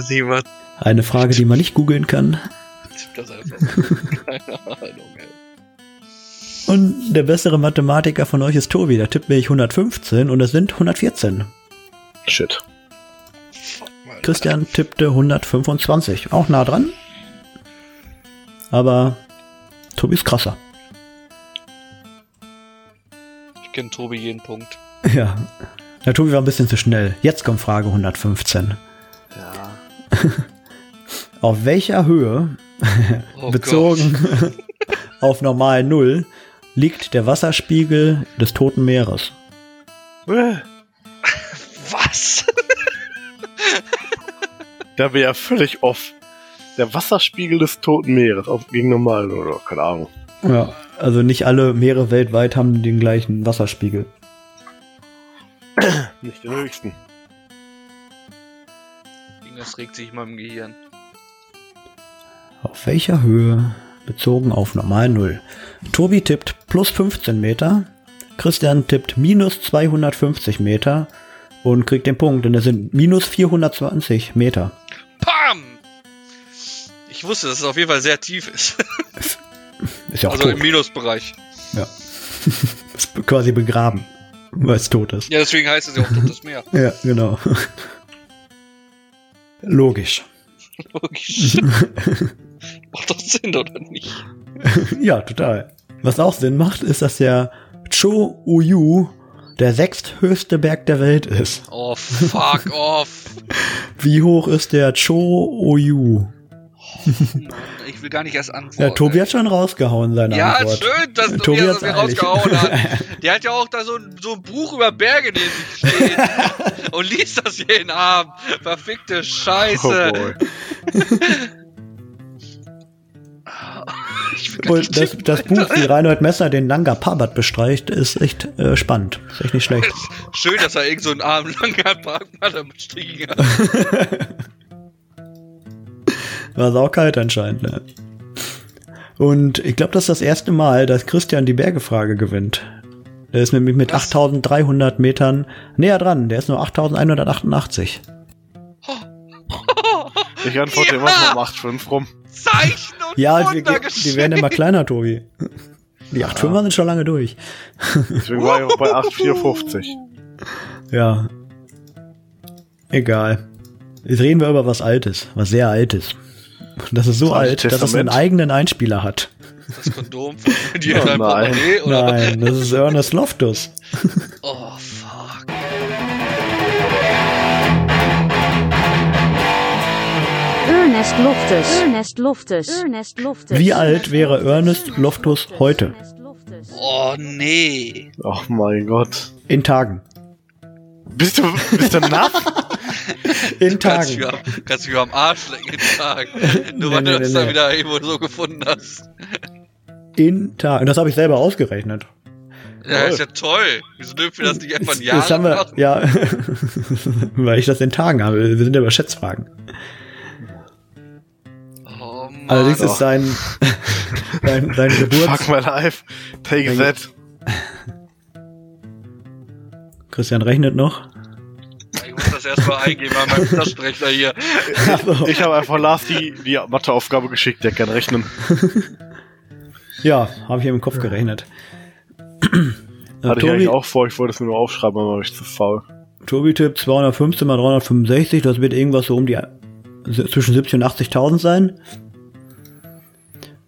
[SPEAKER 1] Siebert.
[SPEAKER 2] Eine Frage, die man nicht googeln kann.
[SPEAKER 1] Tipp das einfach. Keine Ahnung, ey.
[SPEAKER 2] Und der bessere Mathematiker von euch ist Tobi. Da tippt mir ich 115 und es sind 114.
[SPEAKER 3] Shit.
[SPEAKER 1] Fuck, Mann.
[SPEAKER 2] Christian tippte 125. Auch nah dran. Aber Tobi ist krasser.
[SPEAKER 1] Ich kenne Tobi jeden Punkt.
[SPEAKER 2] Ja. Der Tobi war ein bisschen zu schnell. Jetzt kommt Frage 115.
[SPEAKER 3] Ja.
[SPEAKER 2] Auf welcher Höhe,
[SPEAKER 1] Oh
[SPEAKER 2] bezogen (laughs) auf normal Null, liegt der Wasserspiegel des Toten Meeres?
[SPEAKER 3] Äh.
[SPEAKER 1] Gott. Was?
[SPEAKER 3] Da bin ich ja völlig off. Der Wasserspiegel des Toten Meeres auf gegen normal oder keine Ahnung.
[SPEAKER 2] Ja, also nicht alle Meere weltweit haben den gleichen Wasserspiegel.
[SPEAKER 3] Nicht den höchsten.
[SPEAKER 1] Irgendwas regt sich in meinem Gehirn.
[SPEAKER 2] Auf welcher Höhe bezogen auf normal Null? Tobi tippt plus 15 Meter, Christian tippt minus 250 Meter und kriegt den Punkt, denn es sind minus 420 Meter.
[SPEAKER 1] Pam! Ich wusste, dass es auf jeden Fall sehr tief ist.
[SPEAKER 2] Ist ja auch
[SPEAKER 1] also im
[SPEAKER 2] tot.
[SPEAKER 1] Minusbereich.
[SPEAKER 2] Ja. ist quasi begraben, weil es tot ist.
[SPEAKER 1] Ja, deswegen heißt es ja auch Totes Meer.
[SPEAKER 2] Ja, genau. (laughs) Logisch. (laughs)
[SPEAKER 1] Logisch. Macht das Sinn oder nicht?
[SPEAKER 2] Ja, total. Was auch Sinn macht, ist, dass der Cho Uyu der sechsthöchste Berg der Welt ist.
[SPEAKER 1] Oh, fuck off.
[SPEAKER 2] Wie hoch ist der Cho Uyu?
[SPEAKER 1] Mann, Ich will gar nicht erst antworten.
[SPEAKER 2] Ja, Tobi hat schon rausgehauen seine
[SPEAKER 1] Oh, ne. Ja,
[SPEAKER 2] Antwort. Äh,
[SPEAKER 1] schön, dass Tobi
[SPEAKER 2] Tobi
[SPEAKER 1] das
[SPEAKER 2] hat's
[SPEAKER 1] mir
[SPEAKER 2] eilig.
[SPEAKER 1] rausgehauen hat. Der hat ja auch da so ein, so ein Buch über Berge neben sich
[SPEAKER 2] (laughs)
[SPEAKER 1] stehen. und liest das jeden Abend. Verfickte Scheiße.
[SPEAKER 3] Oh boy.
[SPEAKER 1] ich will gar nicht
[SPEAKER 2] (laughs) Und das, das Buch,
[SPEAKER 1] (laughs)
[SPEAKER 2] wie Reinhold Messner den Nanga Parbat bestreicht, ist echt äh, spannend. Ist echt nicht schlecht.
[SPEAKER 1] tippen. Schön, dass er irgend so einen armen langen Parkmaler bestiegen hat.
[SPEAKER 2] War saukalt anscheinend, ne? Und ich glaube, das ist das erste Mal, dass Christian die Bergefrage gewinnt. Der ist nämlich mit
[SPEAKER 1] Was?
[SPEAKER 2] 8300 Metern näher dran. Der ist nur 8188.
[SPEAKER 3] Ich antworte
[SPEAKER 1] Ja.
[SPEAKER 3] immer so um 8,5 rum.
[SPEAKER 1] Zeichen und
[SPEAKER 2] Ja, also die,
[SPEAKER 1] Wunder
[SPEAKER 2] die werden immer kleiner, Tobi. Die 8,5er sind schon lange durch.
[SPEAKER 3] Deswegen war ich auch bei 8,450.
[SPEAKER 2] Ja. Egal. Jetzt reden wir über was Altes, was sehr Altes. Das ist so
[SPEAKER 3] Das Alte
[SPEAKER 2] alt, dass es einen
[SPEAKER 3] Testament?
[SPEAKER 2] eigenen Einspieler hat.
[SPEAKER 1] Das Kondom von dir
[SPEAKER 3] Oh
[SPEAKER 1] in deinem
[SPEAKER 3] nein.
[SPEAKER 1] Portemonnaie, oder?
[SPEAKER 2] Nein, das ist Ernest Loftus.
[SPEAKER 1] Oh, fuck.
[SPEAKER 4] Ernest Loftus. Ernest Loftus. Ernest Loftus.
[SPEAKER 2] Wie alt wäre Ernest Loftus heute?
[SPEAKER 1] Oh, nee.
[SPEAKER 3] Oh mein Gott.
[SPEAKER 2] In Tagen.
[SPEAKER 3] Bist du, bist du (laughs) nass?
[SPEAKER 2] In
[SPEAKER 1] Kannst du
[SPEAKER 2] Tagen.
[SPEAKER 1] mir am- kannst du mir am Arsch lecken, sagen. Nur
[SPEAKER 2] (laughs) Nee,
[SPEAKER 1] weil
[SPEAKER 2] nee,
[SPEAKER 1] du das
[SPEAKER 2] nee,
[SPEAKER 1] da
[SPEAKER 2] nee.
[SPEAKER 1] wieder irgendwo so gefunden hast.
[SPEAKER 2] In Tagen. Das habe ich selber ausgerechnet.
[SPEAKER 1] Ja, ist ja toll. Wieso dürfen wir das nicht einfach ein Jahr
[SPEAKER 2] das haben
[SPEAKER 1] lang
[SPEAKER 2] wir,
[SPEAKER 1] machen?
[SPEAKER 2] ja, (laughs) weil ich das in Tagen habe. Wir sind ja bei Schätzfragen.
[SPEAKER 1] Oh Mann.
[SPEAKER 2] Allerdings
[SPEAKER 3] Ah, doch.
[SPEAKER 2] ist sein, sein,
[SPEAKER 3] (laughs)
[SPEAKER 2] sein
[SPEAKER 3] Fuck
[SPEAKER 2] Geburts...
[SPEAKER 3] my life. Take
[SPEAKER 2] Mein
[SPEAKER 3] that.
[SPEAKER 2] Christian rechnet noch.
[SPEAKER 3] (laughs)
[SPEAKER 1] oh, Ich muss das erstmal eingeben an meinem Taschenrechner hier.
[SPEAKER 2] Also,
[SPEAKER 3] Ich habe einfach Lars die, die Matheaufgabe geschickt, der kann rechnen.
[SPEAKER 2] ja, habe ich im Kopf gerechnet.
[SPEAKER 3] Hatte ich
[SPEAKER 2] Tobi,
[SPEAKER 3] eigentlich auch vor, ich wollte es mir nur aufschreiben, aber war ich zu faul.
[SPEAKER 2] Tobi-Tipp 215 mal 365, das wird irgendwas so um die zwischen 70 und 80.000 sein.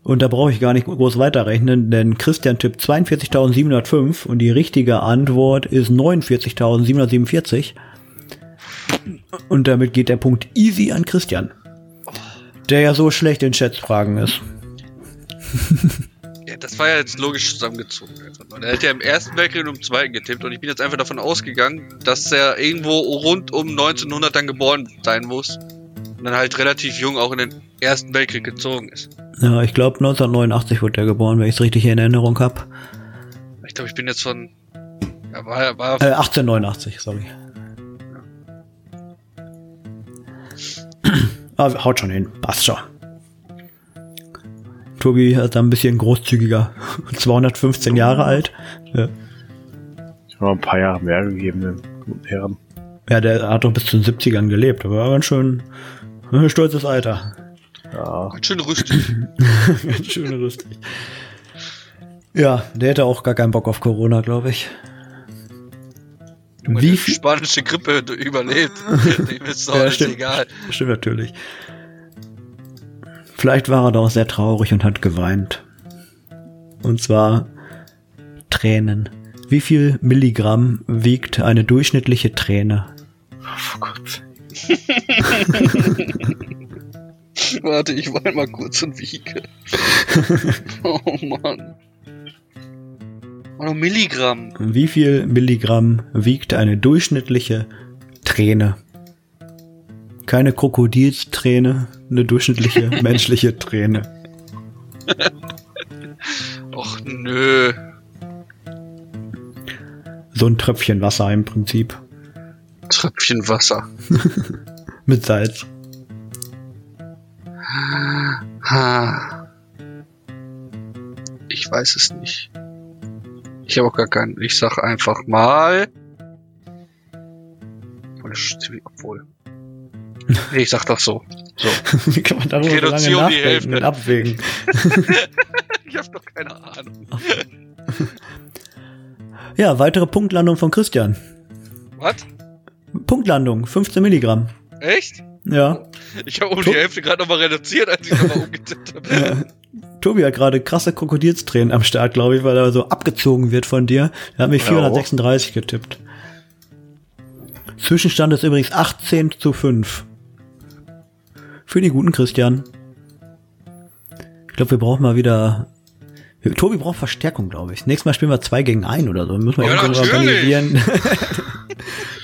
[SPEAKER 2] Und da brauche ich gar nicht groß weiterrechnen, denn Christian tippt 42.705 und die richtige Antwort ist 49.747. Und damit geht der Punkt easy an Christian, der ja so schlecht in Schätzfragen ist.
[SPEAKER 1] Ja, das war ja jetzt logisch zusammengezogen. einfach nur. Der hat ja im ersten Weltkrieg und im zweiten getippt und ich bin jetzt einfach davon ausgegangen, dass er irgendwo rund um 1900 dann geboren sein muss und dann halt relativ jung auch in den ersten Weltkrieg gezogen ist.
[SPEAKER 2] Ja, ich glaube 1989 wurde er geboren, wenn ich es richtig in Erinnerung habe.
[SPEAKER 1] Ich glaube, ich bin jetzt von. Ja, war, war,
[SPEAKER 2] Äh, 1889, sorry. Aber Ah, haut schon hin, passt schon. Tobi ist da ein bisschen großzügiger. (laughs) 215 Jahre alt. Ja.
[SPEAKER 3] Ich habe ein paar Jahre mehr gegeben, den guten Herren.
[SPEAKER 2] Ja, der hat doch bis zu den 70ern gelebt, aber ganz schön äh, stolzes Alter. (laughs)
[SPEAKER 3] Ja.
[SPEAKER 1] ganz schön rüstig.
[SPEAKER 2] Ganz schön lustig. Ja, der hätte auch gar keinen Bock auf Corona, glaube ich.
[SPEAKER 1] Junge,
[SPEAKER 2] Wie
[SPEAKER 1] die
[SPEAKER 2] viel?
[SPEAKER 1] spanische Grippe (laughs) überlebt. Dem ist doch
[SPEAKER 2] Ja,
[SPEAKER 1] alles
[SPEAKER 2] stimmt.
[SPEAKER 1] egal.
[SPEAKER 2] Stimmt natürlich. Vielleicht war er da auch sehr traurig und hat geweint. Und zwar Tränen. Wie viel Milligramm wiegt eine durchschnittliche Träne?
[SPEAKER 3] Oh Gott.
[SPEAKER 1] Warte, ich war mal kurz und
[SPEAKER 2] (laughs)
[SPEAKER 1] wiege. oh Mann. Oh, noch Milligramm.
[SPEAKER 2] Wie viel Milligramm wiegt eine durchschnittliche Träne? Keine Krokodilsträne, eine durchschnittliche
[SPEAKER 1] (laughs)
[SPEAKER 2] menschliche Träne.
[SPEAKER 1] Och nö.
[SPEAKER 2] So ein Tröpfchen Wasser im Prinzip.
[SPEAKER 1] Tröpfchen Wasser.
[SPEAKER 2] Mit Salz. (laughs)
[SPEAKER 1] Ha. Ich weiß es nicht. Ich habe auch gar keinen. Ich sag einfach mal. Obwohl, das ist ziemlich- Obwohl. Nee, ich sag doch so. So.
[SPEAKER 2] Wie kann man darüber so lange
[SPEAKER 1] Reduzieren die
[SPEAKER 2] nachdenken
[SPEAKER 1] Hälfte.
[SPEAKER 2] und abwägen?
[SPEAKER 1] (laughs) Ich habe doch keine Ahnung.
[SPEAKER 2] Ja, weitere Punktlandung von Christian.
[SPEAKER 1] Was?
[SPEAKER 2] Punktlandung, 15 Milligramm.
[SPEAKER 1] Echt?
[SPEAKER 2] Ja.
[SPEAKER 1] Ich habe um die Hälfte gerade nochmal reduziert, als ich nochmal umgetippt habe.
[SPEAKER 2] (laughs) Tobi hat gerade krasse Krokodilstränen am Start, glaube ich, weil er so abgezogen wird von dir. Er hat mich
[SPEAKER 3] Ja.
[SPEAKER 2] 436 getippt. Zwischenstand ist übrigens 18 zu 5. Für die guten Christian. Ich glaube, wir brauchen mal wieder. Tobi braucht Verstärkung, glaube ich. Nächstes Mal spielen wir zwei gegen ein oder so. Müssen wir
[SPEAKER 1] Ja,
[SPEAKER 2] irgendwas
[SPEAKER 1] natürlich. (laughs)
[SPEAKER 2] organisieren.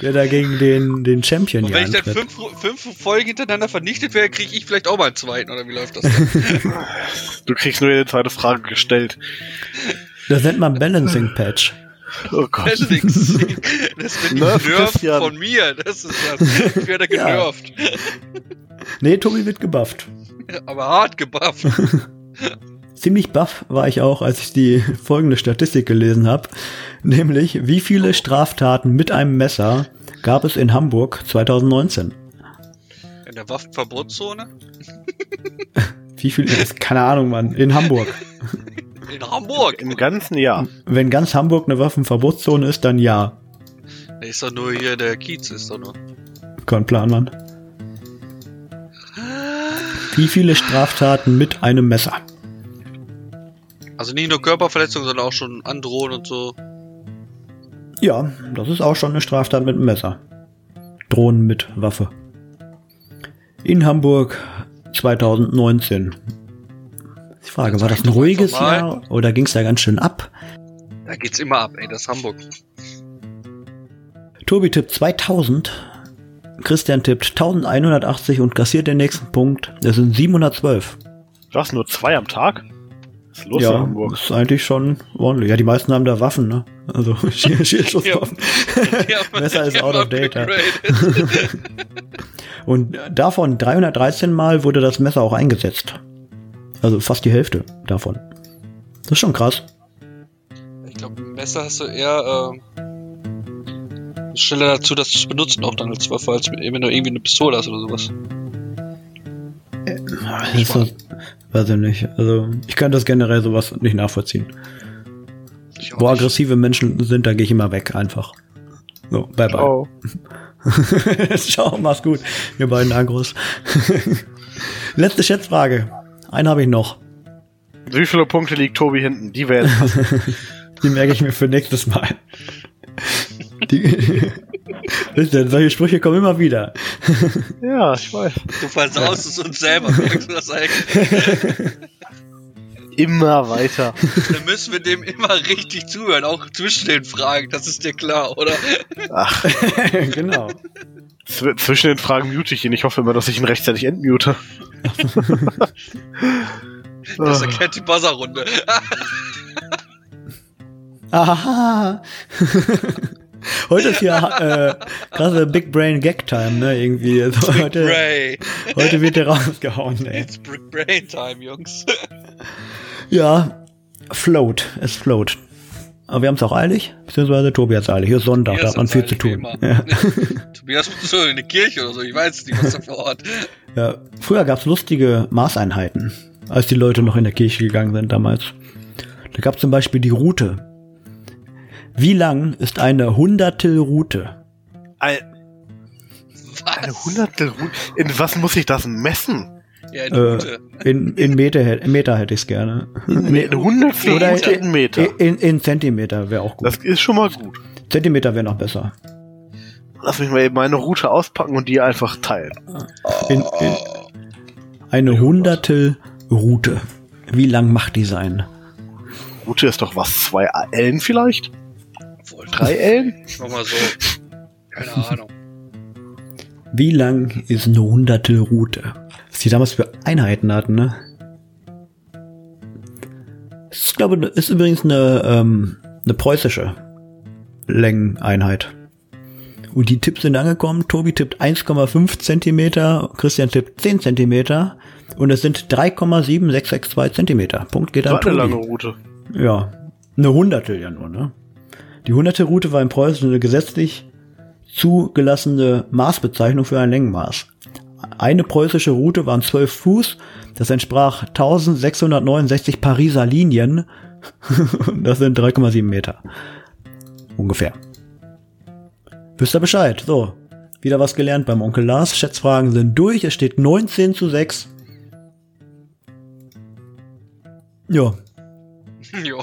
[SPEAKER 2] Der da gegen den, den Champion
[SPEAKER 1] Und
[SPEAKER 2] hier
[SPEAKER 1] wenn ich dann
[SPEAKER 2] antritt.
[SPEAKER 1] fünf, Ru- fünf Folgen hintereinander vernichtet werde, kriege ich vielleicht auch mal einen zweiten, oder wie läuft das?
[SPEAKER 2] (laughs)
[SPEAKER 1] denn?
[SPEAKER 3] Du kriegst nur jede zweite Frage gestellt.
[SPEAKER 2] Das nennt man Balancing Patch.
[SPEAKER 3] Oh Gott.
[SPEAKER 1] Das
[SPEAKER 2] (laughs)
[SPEAKER 1] nix. Das wird genervt
[SPEAKER 3] Nerf Christian.
[SPEAKER 1] von mir. Das ist das. Ich werde
[SPEAKER 2] Ja.
[SPEAKER 1] genervt.
[SPEAKER 2] Nee, Tobi wird gebufft.
[SPEAKER 1] Aber hart gebufft.
[SPEAKER 2] Ziemlich baff war ich auch, als ich die folgende Statistik gelesen habe, nämlich wie viele Straftaten mit einem Messer gab es in Hamburg 2019?
[SPEAKER 1] In der Waffenverbotszone?
[SPEAKER 2] Wie viel ist (laughs) keine Ahnung, Mann, in Hamburg.
[SPEAKER 1] In Hamburg.
[SPEAKER 3] Im ganzen Jahr.
[SPEAKER 2] Wenn ganz Hamburg eine Waffenverbotszone ist, dann ja.
[SPEAKER 1] Nee, ist doch nur hier der Kiez, ist doch nur.
[SPEAKER 2] Kein Plan, Mann. Wie viele Straftaten mit einem Messer?
[SPEAKER 1] Also nicht nur Körperverletzung, sondern auch schon androhen und so.
[SPEAKER 2] Ja, das ist auch schon eine Straftat mit einem Messer. Drohnen mit Waffe. In Hamburg 2019. Ich frage, war das ein ruhiges
[SPEAKER 1] Ganz normal.
[SPEAKER 2] Jahr oder ging es da ganz schön ab?
[SPEAKER 1] Da geht's immer ab, ey, das ist
[SPEAKER 2] (laughs)
[SPEAKER 1] Hamburg.
[SPEAKER 2] Tobi tippt 2000, Christian tippt 1180 und kassiert den nächsten Punkt. Das sind 712.
[SPEAKER 3] Du hast nur zwei am Tag? Was ist los in
[SPEAKER 2] ja,
[SPEAKER 3] Hamburg?
[SPEAKER 2] ist eigentlich schon ordentlich. Ja, die meisten haben da Waffen, ne? Also (laughs) Schild- Schildschusswaffen.
[SPEAKER 1] Die haben-
[SPEAKER 2] Messer
[SPEAKER 1] die (laughs)
[SPEAKER 2] ist
[SPEAKER 1] haben
[SPEAKER 2] out of date. Ja.
[SPEAKER 1] upgraded.
[SPEAKER 2] Und davon 313 Mal wurde das Messer auch eingesetzt. Also fast die Hälfte davon. Das ist schon krass.
[SPEAKER 1] Ich glaube, ein Messer hast du eher ähm, schneller dazu, dass du es benutzt auch dann als Waffe, als wenn du irgendwie eine Pistole hast oder sowas.
[SPEAKER 2] Das ist so, weiß ich nicht. Also ich kann das generell sowas nicht nachvollziehen.
[SPEAKER 1] Ich auch
[SPEAKER 2] Wo
[SPEAKER 1] nicht.
[SPEAKER 2] aggressive Menschen sind, da gehe ich immer weg einfach. So, bye bye.
[SPEAKER 3] Oh.
[SPEAKER 2] (laughs) Ciao, mach's gut, ihr beiden Agros. (laughs) Letzte Schätzfrage. Einen habe ich noch.
[SPEAKER 3] Wie viele Punkte liegt Tobi hinten?
[SPEAKER 2] (laughs)
[SPEAKER 3] Die wäre jetzt
[SPEAKER 2] Die merke ich mir für nächstes Mal. (laughs) Die, (laughs) Wisst ihr, solche Sprüche kommen immer wieder. (laughs)
[SPEAKER 3] Ja, ich weiß.
[SPEAKER 1] Du versaust es uns
[SPEAKER 2] (laughs)
[SPEAKER 1] selber, merkst du das eigentlich?
[SPEAKER 3] Immer weiter.
[SPEAKER 1] Dann müssen wir dem immer richtig zuhören, auch zwischen den Fragen, das ist dir klar, oder?
[SPEAKER 3] Ach,
[SPEAKER 2] genau.
[SPEAKER 3] zw- zwischen den Fragen mute ich ihn. Ich hoffe immer, dass ich ihn rechtzeitig entmute.
[SPEAKER 1] Das
[SPEAKER 2] Ah.
[SPEAKER 1] erkennt die
[SPEAKER 2] (laughs)
[SPEAKER 1] Buzzer-Runde.
[SPEAKER 2] Aha. (laughs) Heute ist ja äh, krasse Big Brain Gag Time, ne? Irgendwie. Also heute,
[SPEAKER 1] Ray,
[SPEAKER 2] heute wird der rausgehauen, ey.
[SPEAKER 1] it's Brick Brain Time, Jungs.
[SPEAKER 2] Ja, float. Es float. Aber wir haben es auch eilig, beziehungsweise Tobi hat's eilig. Hier ist Sonntag,
[SPEAKER 1] Hier
[SPEAKER 2] da
[SPEAKER 1] ist
[SPEAKER 2] hat man
[SPEAKER 1] das
[SPEAKER 2] viel zu
[SPEAKER 1] eigentlich wie
[SPEAKER 2] tun.
[SPEAKER 1] immer. (laughs)
[SPEAKER 2] Ja.
[SPEAKER 1] Tobias muss so in eine Kirche oder so, ich weiß nicht, was er vorhat.
[SPEAKER 2] Ja, früher gab's lustige Maßeinheiten, als die Leute noch in der Kirche gegangen sind damals. Da gab's zum Beispiel die Route. Wie lang ist eine hundertel Route?
[SPEAKER 3] Ein, eine
[SPEAKER 1] Was?
[SPEAKER 3] hundertel Ru In was muss ich das messen?
[SPEAKER 1] Ja, eine
[SPEAKER 2] Äh,
[SPEAKER 1] gute.
[SPEAKER 2] in, in Meter, hä- Meter hätte ich's gerne. Nee,
[SPEAKER 3] Eine hundertstel
[SPEAKER 1] Oder
[SPEAKER 3] Route in Meter.
[SPEAKER 2] In, in Zentimeter wäre auch gut.
[SPEAKER 3] Das ist schon mal gut.
[SPEAKER 2] Zentimeter wäre noch besser.
[SPEAKER 3] Lass mich mal eben meine Route auspacken und die einfach teilen.
[SPEAKER 2] In, in eine hundertel Route. Wie lang macht die sein?
[SPEAKER 3] Route ist doch was? Zwei Ellen vielleicht?
[SPEAKER 1] Obwohl,
[SPEAKER 2] (laughs)
[SPEAKER 3] Drei Ellen?
[SPEAKER 1] nochmal so. Keine Ahnung. (laughs)
[SPEAKER 2] Wie lang ist eine hundertel Route? Was die damals für Einheiten hatten, ne? Das ist, glaube ich, ist übrigens eine, ähm, eine preußische Längeneinheit. Und die Tipps sind angekommen. Tobi tippt 1,5 Zentimeter, Christian tippt 10 Zentimeter. Und es sind 3,7662 Zentimeter. Punkt geht an
[SPEAKER 3] War eine
[SPEAKER 2] Tobi.
[SPEAKER 3] lange Route.
[SPEAKER 2] Ja, eine Hundertel ja nur, ne? Die Hundertel-Route war in Preußen eine gesetzlich zugelassene Maßbezeichnung für ein Längenmaß. Eine preußische Route waren 12 Fuß, das entsprach 1669 Pariser Linien. (laughs) Und das sind 3,7 Meter. Ungefähr. Wisst ihr Bescheid? So. Wieder was gelernt beim Onkel Lars. Schätzfragen sind durch. Es steht 19 zu 6. Ja,
[SPEAKER 1] jo,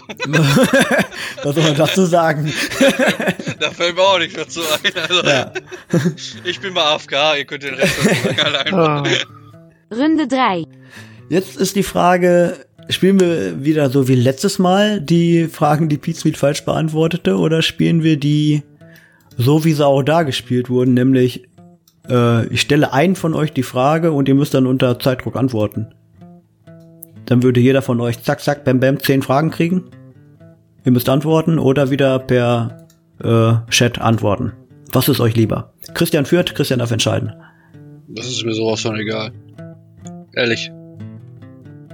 [SPEAKER 2] was soll man dazu sagen?
[SPEAKER 1] da fällt mir auch nicht dazu ein. Also,
[SPEAKER 2] Ja.
[SPEAKER 1] Ich bin mal AFK, ihr könnt den Rest der Folge allein
[SPEAKER 3] Ah,
[SPEAKER 1] machen.
[SPEAKER 4] Runde 3.
[SPEAKER 2] Jetzt ist die Frage, spielen wir wieder so wie letztes Mal die Fragen, die Pete Smith falsch beantwortete, oder spielen wir die so, wie sie auch da gespielt wurden, nämlich äh, ich stelle einen von euch die Frage und ihr müsst dann unter Zeitdruck antworten. Dann würde jeder von euch zack, zack, bam, bam, zehn Fragen kriegen. Ihr müsst antworten oder wieder per äh, Chat antworten. Was ist euch lieber? Christian führt, Christian darf entscheiden.
[SPEAKER 1] (laughs) Das ist mir sowas von egal. Ehrlich.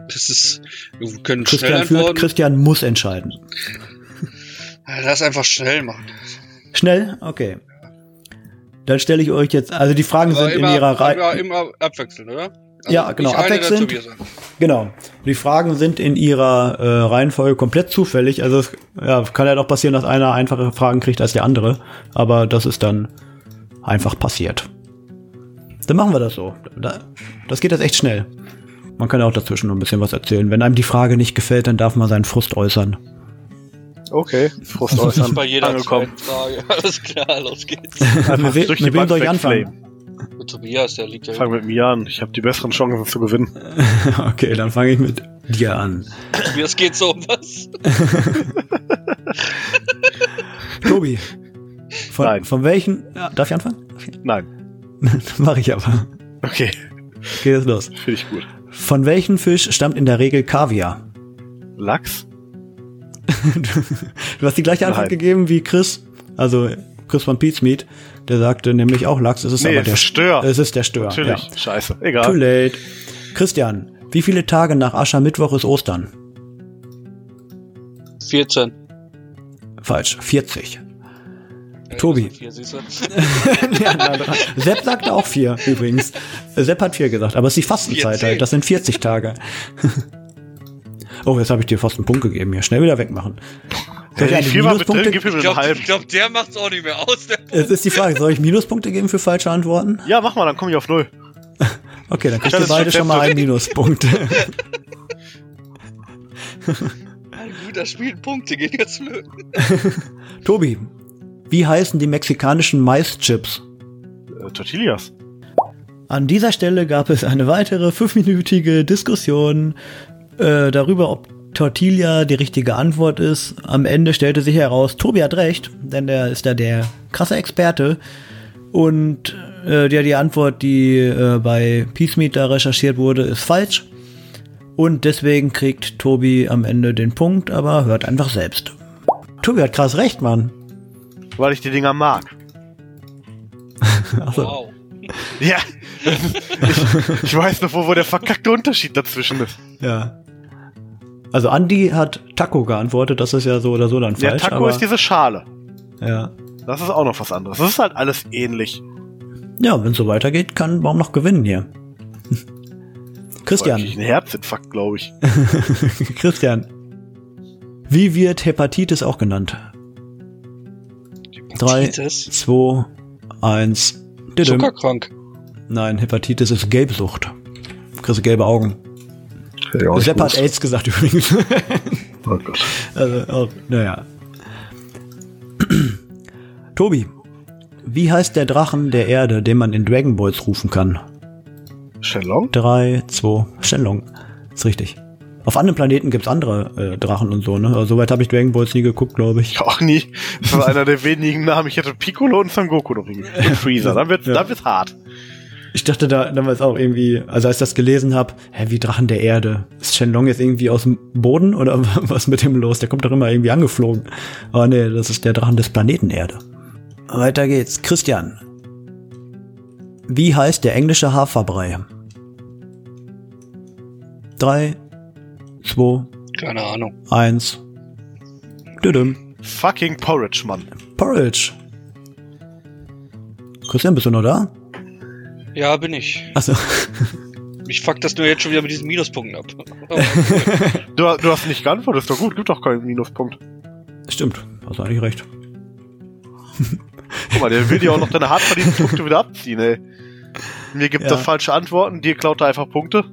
[SPEAKER 1] Das ist. Wir können
[SPEAKER 2] Christian
[SPEAKER 1] schnell
[SPEAKER 2] führt,
[SPEAKER 1] antworten.
[SPEAKER 2] Christian muss entscheiden.
[SPEAKER 1] Lass einfach schnell machen.
[SPEAKER 2] Schnell? Okay. Dann stelle ich euch jetzt, also die Fragen sind in ihrer
[SPEAKER 1] Ja,
[SPEAKER 2] Reihe.
[SPEAKER 1] immer abwechselnd, oder? Also,
[SPEAKER 2] Ja, genau,
[SPEAKER 1] nicht eine, dann
[SPEAKER 2] abwechselnd.
[SPEAKER 1] Tobias an.
[SPEAKER 2] Genau. Die Fragen sind in ihrer äh, Reihenfolge komplett zufällig. Also es ja, kann ja doch passieren, dass einer einfache Fragen kriegt als der andere. Aber das ist dann einfach passiert. Dann machen wir das so. Da, das geht jetzt echt schnell. Man kann ja auch dazwischen noch ein bisschen was erzählen. Wenn einem die Frage nicht gefällt, dann darf man seinen Frust
[SPEAKER 3] (laughs)
[SPEAKER 2] äußern.
[SPEAKER 3] Okay.
[SPEAKER 2] (laughs)
[SPEAKER 3] Frust
[SPEAKER 1] Das ist
[SPEAKER 3] äußern.
[SPEAKER 1] bei jeder
[SPEAKER 3] Angekommen.
[SPEAKER 1] zweiten Frage. (laughs) Alles klar, los geht's.
[SPEAKER 2] Also Mit, we
[SPEAKER 3] durch die
[SPEAKER 2] mit wem
[SPEAKER 3] Bank
[SPEAKER 2] soll ich
[SPEAKER 3] wegflamen.
[SPEAKER 2] anfangen?
[SPEAKER 1] Und Tobias, der liegt ja.
[SPEAKER 3] Fang mit mir an. Ich habe die besseren Chancen zu gewinnen.
[SPEAKER 2] (laughs) okay, dann fange ich mit dir an.
[SPEAKER 1] Tobias geht's so um was.
[SPEAKER 2] Tobi, von,
[SPEAKER 3] Nein.
[SPEAKER 2] von welchen. Ja, darf ich anfangen? (laughs)
[SPEAKER 3] Nein.
[SPEAKER 2] Mache ich aber.
[SPEAKER 3] Okay.
[SPEAKER 2] Geht es los.
[SPEAKER 3] (laughs) Finde ich gut.
[SPEAKER 2] Von welchem Fisch stammt in der Regel Kaviar?
[SPEAKER 3] Lachs?
[SPEAKER 2] du hast die gleiche Antwort
[SPEAKER 3] Nein.
[SPEAKER 2] gegeben wie Chris, also Chris von Pete's Meat, der sagte nämlich auch Lachs, es ist
[SPEAKER 3] Nee,
[SPEAKER 2] aber der
[SPEAKER 3] es ist Stör.
[SPEAKER 2] Es ist der Stör.
[SPEAKER 3] Natürlich.
[SPEAKER 2] Ja.
[SPEAKER 3] Scheiße. Egal.
[SPEAKER 2] Too late. Christian, wie viele Tage nach Aschermittwoch ist Ostern?
[SPEAKER 1] 14.
[SPEAKER 2] Falsch, 40. Tobi.
[SPEAKER 1] Ja, Äh, das sind vier, siehst
[SPEAKER 2] (laughs) ja, nah dran. Sepp sagte auch vier übrigens. Sepp hat vier gesagt, aber es ist die Fastenzeit
[SPEAKER 1] 14.
[SPEAKER 2] halt. Das sind 40 Tage. oh, jetzt habe ich dir fast einen Punkt gegeben hier. Schnell wieder wegmachen. Äh, Soll ich
[SPEAKER 3] Wenn die
[SPEAKER 2] eigentlich
[SPEAKER 3] Firma mit drin,
[SPEAKER 2] Minuspunkte?
[SPEAKER 3] gib
[SPEAKER 1] du?
[SPEAKER 3] ihm
[SPEAKER 1] Ich
[SPEAKER 3] einen
[SPEAKER 1] glaub,
[SPEAKER 3] halben.
[SPEAKER 1] ich glaub, der macht's auch nicht mehr aus. Der
[SPEAKER 2] Es ist die Frage, soll ich Minuspunkte geben für falsche Antworten?
[SPEAKER 3] Ja, mach mal, dann komme ich auf null.
[SPEAKER 2] Okay, dann kriegt
[SPEAKER 3] Das
[SPEAKER 2] ihr
[SPEAKER 3] ist
[SPEAKER 2] beide schon mal einen Minuspunkt. (laughs)
[SPEAKER 1] Ein guter spielt Punkte, geht jetzt flöten.
[SPEAKER 2] Tobi, wie heißen die mexikanischen Maischips?
[SPEAKER 3] Äh, Tortillas.
[SPEAKER 2] An dieser Stelle gab es eine weitere fünfminütige Diskussion äh, darüber, ob Tortilla die richtige Antwort ist. Am Ende stellte sich heraus, Tobi hat recht, denn er ist da der krasse Experte. Und äh, ja, die Antwort, die äh, bei Peacemeet da recherchiert wurde, ist falsch. Und deswegen kriegt Tobi am Ende den Punkt, aber hört einfach selbst. Tobi hat krass recht, Mann.
[SPEAKER 3] Weil ich die Dinger mag.
[SPEAKER 2] Also,
[SPEAKER 1] Wow.
[SPEAKER 2] (laughs)
[SPEAKER 3] Ja. ich, ich weiß noch, wo, wo der verkackte Unterschied dazwischen ist.
[SPEAKER 2] Ja. Also Andy hat Taco geantwortet, das ist ja so oder so dann
[SPEAKER 3] Der
[SPEAKER 2] falsch.
[SPEAKER 3] Taco
[SPEAKER 2] aber,
[SPEAKER 3] ist diese Schale.
[SPEAKER 2] ja.
[SPEAKER 3] Das ist auch noch was anderes. Das ist halt alles ähnlich.
[SPEAKER 2] ja, wenn es so weitergeht, kann Baum noch gewinnen hier. (laughs)
[SPEAKER 3] Boah, hab ich
[SPEAKER 2] Christian,
[SPEAKER 3] einen Herzinfarkt, glaube ich.
[SPEAKER 2] Christian. Wie wird Hepatitis auch genannt? Drei,
[SPEAKER 1] Dieses
[SPEAKER 2] zwei, eins. Didim.
[SPEAKER 1] Zuckerkrank.
[SPEAKER 2] Nein, Hepatitis ist Gelbsucht. Kriegst gelbe Augen. Sepp hat AIDS gesagt (laughs) übrigens.
[SPEAKER 3] Oh Gott.
[SPEAKER 2] Also, oh, naja. (clears throat) Tobi, wie heißt der Drachen der Erde, den man in Dragon Balls rufen kann?
[SPEAKER 3] Shenlong?
[SPEAKER 2] 3, 2, Shenlong. Ist richtig. Auf anderen Planeten gibt's andere äh, Drachen und so, ne? Also, soweit habe ich Dragon Balls nie geguckt, glaube ich.
[SPEAKER 3] Auch nie. Das war einer der wenigen Namen. Ich hätte Piccolo und Son Goku noch hingekriegt.
[SPEAKER 2] (laughs)
[SPEAKER 3] Und Freezer. Dann wird,
[SPEAKER 2] Ja.
[SPEAKER 3] dann wird's hart.
[SPEAKER 2] Ich dachte da damals auch irgendwie, also als ich das gelesen habe, hä, wie Drachen der Erde. Ist Shenlong jetzt irgendwie aus dem Boden oder (laughs) was mit dem los? Der kommt doch immer irgendwie angeflogen. Aber nee, das ist der Drachen des Planeten Erde. Weiter geht's. Christian. Wie heißt der englische Haferbrei? Drei, zwei,
[SPEAKER 1] Keine Ahnung.
[SPEAKER 2] eins. Düdüm.
[SPEAKER 3] Fucking Porridge, Mann.
[SPEAKER 2] Porridge. Christian, bist du noch da?
[SPEAKER 1] Ja, bin ich.
[SPEAKER 2] Achso.
[SPEAKER 1] Ich fuck das nur jetzt schon wieder mit diesen Minuspunkten ab. (laughs)
[SPEAKER 3] Du, du hast nicht geantwortet, ist doch gut, gibt doch keinen Minuspunkt.
[SPEAKER 2] (laughs) Stimmt. Hast du eigentlich recht.
[SPEAKER 3] Guck mal, der will dir auch noch deine hart verdienten Punkte wieder abziehen, ey. Mir gibt
[SPEAKER 2] Ja.
[SPEAKER 3] er falsche Antworten, dir klaut er einfach Punkte.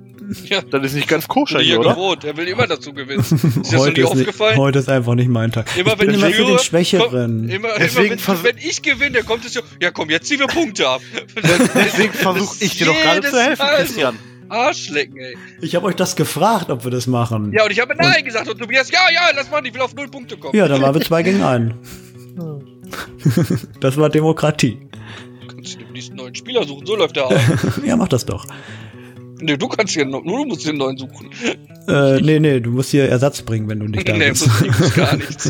[SPEAKER 1] Ja.
[SPEAKER 3] Dann ist nicht ganz koscher
[SPEAKER 1] Bin ich
[SPEAKER 3] hier,
[SPEAKER 1] ja
[SPEAKER 3] oder?
[SPEAKER 1] gewohnt. Er will immer dazu gewinnen.
[SPEAKER 2] (laughs)
[SPEAKER 1] Ist das noch nie
[SPEAKER 2] ist nicht-
[SPEAKER 1] aufgefallen?
[SPEAKER 2] heute ist einfach nicht mein Tag.
[SPEAKER 1] Immer
[SPEAKER 2] ich bin
[SPEAKER 1] wenn ich
[SPEAKER 2] immer für
[SPEAKER 1] führe,
[SPEAKER 2] den Schwächeren.
[SPEAKER 1] Komm, immer,
[SPEAKER 3] Deswegen
[SPEAKER 1] immer
[SPEAKER 3] vers-
[SPEAKER 1] wenn, wenn ich gewinne, kommt es ja, ja komm, jetzt ziehen wir Punkte ab.
[SPEAKER 3] (laughs) Deswegen versuche ich dir doch gerade
[SPEAKER 1] Jedes
[SPEAKER 3] zu helfen,
[SPEAKER 1] Mal so.
[SPEAKER 3] Christian.
[SPEAKER 1] Arschlecken, ey.
[SPEAKER 2] ich habe euch das gefragt, ob wir das machen.
[SPEAKER 1] Ja, und ich habe Nein gesagt und Tobias, ja, ja, lass machen, ich will auf null Punkte kommen.
[SPEAKER 2] Ja, dann waren wir zwei gegen einen. (laughs) das war Demokratie.
[SPEAKER 1] Kannst du den nächsten neuen Spieler suchen, so läuft der
[SPEAKER 2] (laughs)
[SPEAKER 1] ab.
[SPEAKER 2] Ja, mach das doch.
[SPEAKER 1] nee, du kannst ja nur du musst den neuen suchen.
[SPEAKER 2] Äh, nee, nee, du musst hier Ersatz bringen, wenn du
[SPEAKER 1] (laughs)
[SPEAKER 2] nicht da
[SPEAKER 1] nee,
[SPEAKER 2] bist.
[SPEAKER 1] muss, muss gar
[SPEAKER 2] (laughs)
[SPEAKER 1] nichts.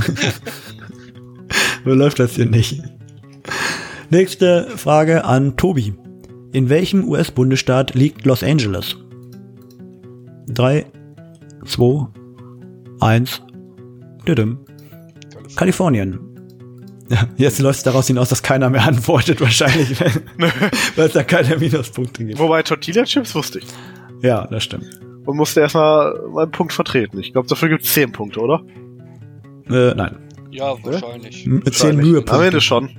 [SPEAKER 2] So läuft das hier nicht. Nächste Frage an Tobi. In welchem US-Bundesstaat liegt Los Angeles? Drei, zwei, eins. düdüm. Kalifornien. Ja, jetzt läuft es daraus hinaus, dass keiner mehr antwortet, wahrscheinlich, (laughs) weil weil es da keine Minuspunkte gibt.
[SPEAKER 3] Wobei Tortilla-Chips wusste ich.
[SPEAKER 2] Ja, das stimmt.
[SPEAKER 3] Und musste erstmal meinen Punkt vertreten. Ich glaube, dafür gibt es 10 Punkte, oder?
[SPEAKER 2] Äh, nein.
[SPEAKER 1] Ja, wahrscheinlich.
[SPEAKER 2] Mit zehn
[SPEAKER 3] Wahrscheinlich. Am Ende
[SPEAKER 2] Mühepunkte.
[SPEAKER 3] schon.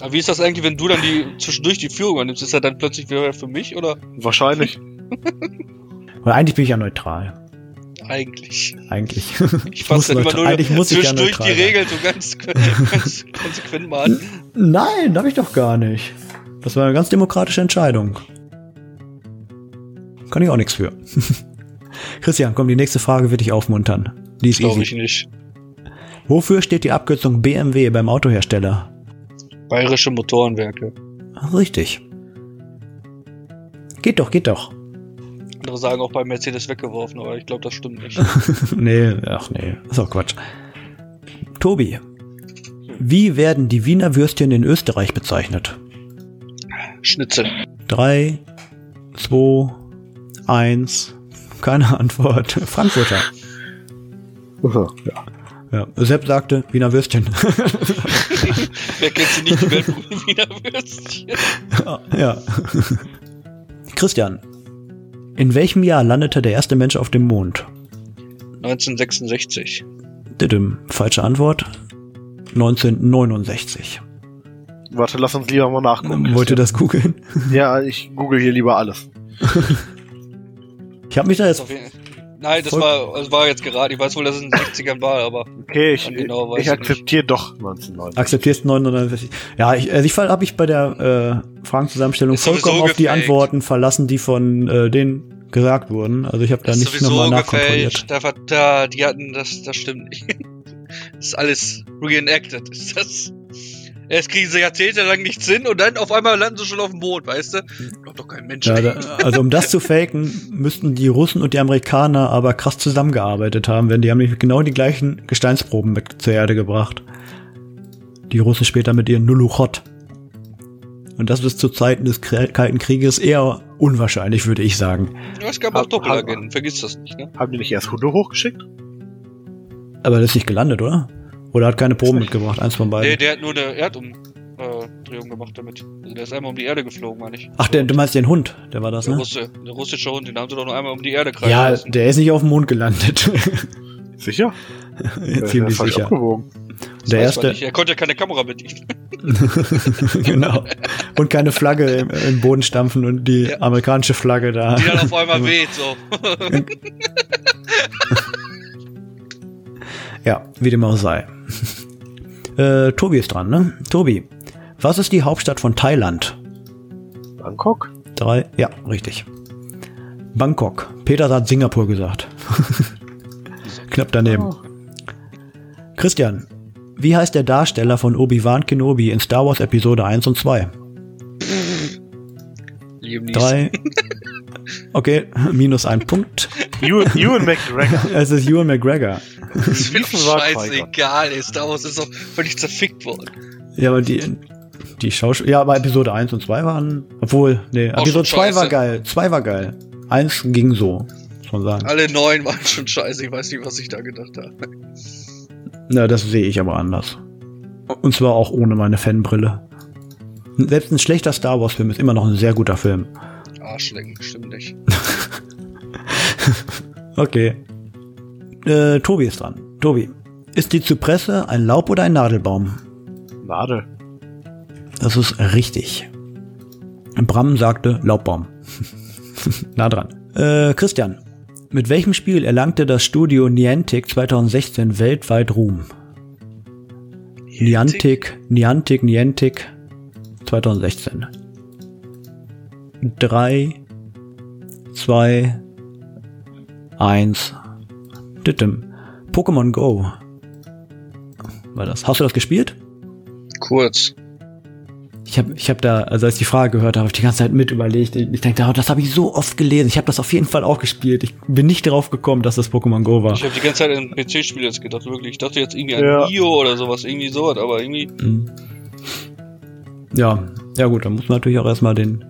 [SPEAKER 1] Aber wie ist das eigentlich, wenn du dann die zwischendurch die Führung übernimmst? Ist das dann plötzlich wieder für mich oder
[SPEAKER 3] Wahrscheinlich.
[SPEAKER 2] Weil eigentlich bin ich ja neutral.
[SPEAKER 1] eigentlich?
[SPEAKER 2] Eigentlich. (laughs)
[SPEAKER 1] Ich fasse dann
[SPEAKER 2] muss
[SPEAKER 1] immer
[SPEAKER 2] neutral-
[SPEAKER 1] nur
[SPEAKER 2] eigentlich muss ich ja
[SPEAKER 1] zwischendurch
[SPEAKER 2] neutral
[SPEAKER 1] die
[SPEAKER 2] sein.
[SPEAKER 1] Regeln so ganz, (laughs) ganz konsequent mal an.
[SPEAKER 2] Nein, habe ich doch gar nicht. Das war eine ganz demokratische Entscheidung. Kann ich auch nichts für. (laughs) Christian, komm, die nächste Frage wird dich aufmuntern. Die ist
[SPEAKER 1] Glaube ich
[SPEAKER 2] easy.
[SPEAKER 1] nicht.
[SPEAKER 2] Wofür steht die Abkürzung BMW beim Autohersteller?
[SPEAKER 1] Bayerische Motorenwerke.
[SPEAKER 2] Ach, Richtig. Geht doch, (laughs) geht doch.
[SPEAKER 1] Andere sagen auch bei Mercedes weggeworfen, aber ich glaube, das stimmt nicht.
[SPEAKER 2] nee, ach nee, ist auch Quatsch. Tobi, wie werden die Wiener Würstchen in Österreich bezeichnet?
[SPEAKER 1] Schnitzel.
[SPEAKER 2] Drei, zwei, eins, keine Antwort. Frankfurter. Ja, Sepp sagte Wiener Würstchen.
[SPEAKER 1] Wer kennt sie nicht, die (laughs) Weltbrüder Wiener Würstchen?
[SPEAKER 2] (laughs) ja. Christian, in welchem Jahr landete der erste Mensch auf dem Mond?
[SPEAKER 1] 1966.
[SPEAKER 2] Didim, falsche Antwort. 1969.
[SPEAKER 3] Warte, lass uns lieber mal nachgucken.
[SPEAKER 2] Wollte das googeln?
[SPEAKER 3] Ja, ich google hier lieber alles.
[SPEAKER 2] Ich habe mich da
[SPEAKER 1] Das
[SPEAKER 2] jetzt
[SPEAKER 1] auf jeden- Nein, das
[SPEAKER 2] Voll-
[SPEAKER 1] war, das war jetzt gerade. Ich weiß wohl, dass es in den 60ern war, aber
[SPEAKER 3] Okay, ich,
[SPEAKER 1] Ja, genau, weiß
[SPEAKER 3] ich
[SPEAKER 1] ich
[SPEAKER 3] akzeptiere doch 1990.
[SPEAKER 2] Akzeptierst 969. Ja, ich, also ich habe ich bei der äh, Fragenzusammenstellung
[SPEAKER 1] Ist sowieso
[SPEAKER 2] vollkommen auf die
[SPEAKER 1] gefaked.
[SPEAKER 2] Antworten verlassen, die von äh, denen gesagt wurden. Also ich habe da
[SPEAKER 1] das ist
[SPEAKER 2] nicht nochmal
[SPEAKER 1] sowieso
[SPEAKER 2] nachkontrolliert.
[SPEAKER 1] gefälscht. Da, war- da, die hatten das, das stimmt nicht. (laughs) Das ist alles reenacted. Ist das. Erst kriegen sie jahrzehntelang nichts hin und dann auf einmal landen sie schon auf dem Boot, weißt du? Glaubt doch kein Mensch.
[SPEAKER 2] Ja, da, also um das zu faken, müssten die Russen und die Amerikaner aber krass zusammengearbeitet haben, denn die haben nämlich genau die gleichen Gesteinsproben mit zur Erde gebracht. Die Russen später mit ihren Nuluchot. Und das ist zu Zeiten des Kre- Kalten Krieges eher unwahrscheinlich, würde ich sagen.
[SPEAKER 1] Ja, es gab auch Doppelagenten, vergiss das nicht, ne?
[SPEAKER 3] Haben die nicht erst Hunde hochgeschickt?
[SPEAKER 2] Aber das ist nicht gelandet, oder? Oder hat keine Proben mitgebracht, eins von beiden.
[SPEAKER 1] Nee, der hat nur eine Erdumdrehung gemacht damit. Also der ist einmal um die Erde geflogen, meine ich.
[SPEAKER 2] Ach, der, du meinst den Hund, der war das,
[SPEAKER 1] Der,
[SPEAKER 2] ne?
[SPEAKER 1] Russe, der russische Hund, den haben sie doch nur einmal um die Erde kreisen
[SPEAKER 2] Ja,
[SPEAKER 1] lassen.
[SPEAKER 2] der ist nicht auf dem Mond gelandet.
[SPEAKER 3] Sicher? Äh,
[SPEAKER 2] Ziemlich
[SPEAKER 3] falsch
[SPEAKER 2] sicher.
[SPEAKER 3] abgewogen.
[SPEAKER 1] Das
[SPEAKER 2] (laughs) Der
[SPEAKER 1] weiß man
[SPEAKER 2] erste,
[SPEAKER 1] nicht. Er konnte ja keine Kamera bedienen. (laughs)
[SPEAKER 2] (laughs) genau. Und keine Flagge im, im Boden stampfen und die
[SPEAKER 1] Ja.
[SPEAKER 2] amerikanische Flagge da.
[SPEAKER 1] Die dann auf
[SPEAKER 2] (laughs)
[SPEAKER 1] einmal weht, so.
[SPEAKER 2] Ja, wie dem auch sei. (laughs) Äh, Tobi ist dran, ne? Tobi, was ist die Hauptstadt von Thailand?
[SPEAKER 3] Bangkok?
[SPEAKER 2] Drei, ja, richtig. Bangkok. Peter hat Singapur gesagt. (laughs) Knapp daneben. Christian, wie heißt der Darsteller von Obi-Wan Kenobi in Star Wars Episode 1 und 2?
[SPEAKER 1] Liam Neeson.
[SPEAKER 2] Drei. Okay, (laughs) minus ein Punkt.
[SPEAKER 3] Ewan, Ewan McGregor. (laughs)
[SPEAKER 2] Es ist Ewan McGregor.
[SPEAKER 1] Das ist mir
[SPEAKER 3] Neeson war
[SPEAKER 1] scheißegal, ey. Star Wars ist doch völlig zerfickt worden.
[SPEAKER 2] Ja, aber die, die Schauspieler. Ja, aber Episode 1 und 2 waren. Obwohl, nee,
[SPEAKER 1] Auch
[SPEAKER 2] Episode
[SPEAKER 1] schon
[SPEAKER 2] 2 war
[SPEAKER 1] scheiße.
[SPEAKER 2] geil. 2 war geil. 1 ging so, muss man sagen.
[SPEAKER 1] Alle neun waren schon scheiße, ich weiß nicht, was ich da gedacht habe.
[SPEAKER 2] Na, das sehe ich aber anders. Und zwar auch ohne meine Fanbrille. Selbst ein schlechter Star Wars-Film ist immer noch ein sehr guter Film.
[SPEAKER 1] Arschlecken, stimmt nicht.
[SPEAKER 2] Okay. Äh, Tobi ist dran. Tobi, ist die Zypresse ein Laub oder ein Nadelbaum?
[SPEAKER 3] Nadel.
[SPEAKER 2] Das ist richtig. Bram sagte Laubbaum. (laughs) nah dran. Äh, Christian, mit welchem Spiel erlangte das Studio Niantic 2016 weltweit Ruhm? Niantic, Niantic, Niantic 2016. Drei, zwei, eins. Dittem. Pokémon Go. War das? Hast du das gespielt?
[SPEAKER 1] Kurz.
[SPEAKER 2] Ich habe ich hab da, also als ich die Frage gehört habe, habe ich die ganze Zeit mit überlegt. Ich denke, oh, das habe ich so oft gelesen. Ich habe das auf jeden Fall auch gespielt. Ich bin nicht drauf gekommen, dass das Pokémon Go war.
[SPEAKER 1] Ich habe die ganze Zeit an PC-Spiel jetzt gedacht, wirklich. Ich dachte jetzt irgendwie an
[SPEAKER 3] Ja.
[SPEAKER 1] Io oder sowas, irgendwie sowas, aber irgendwie.
[SPEAKER 2] Mhm. Ja, ja gut, dann muss man natürlich auch erstmal den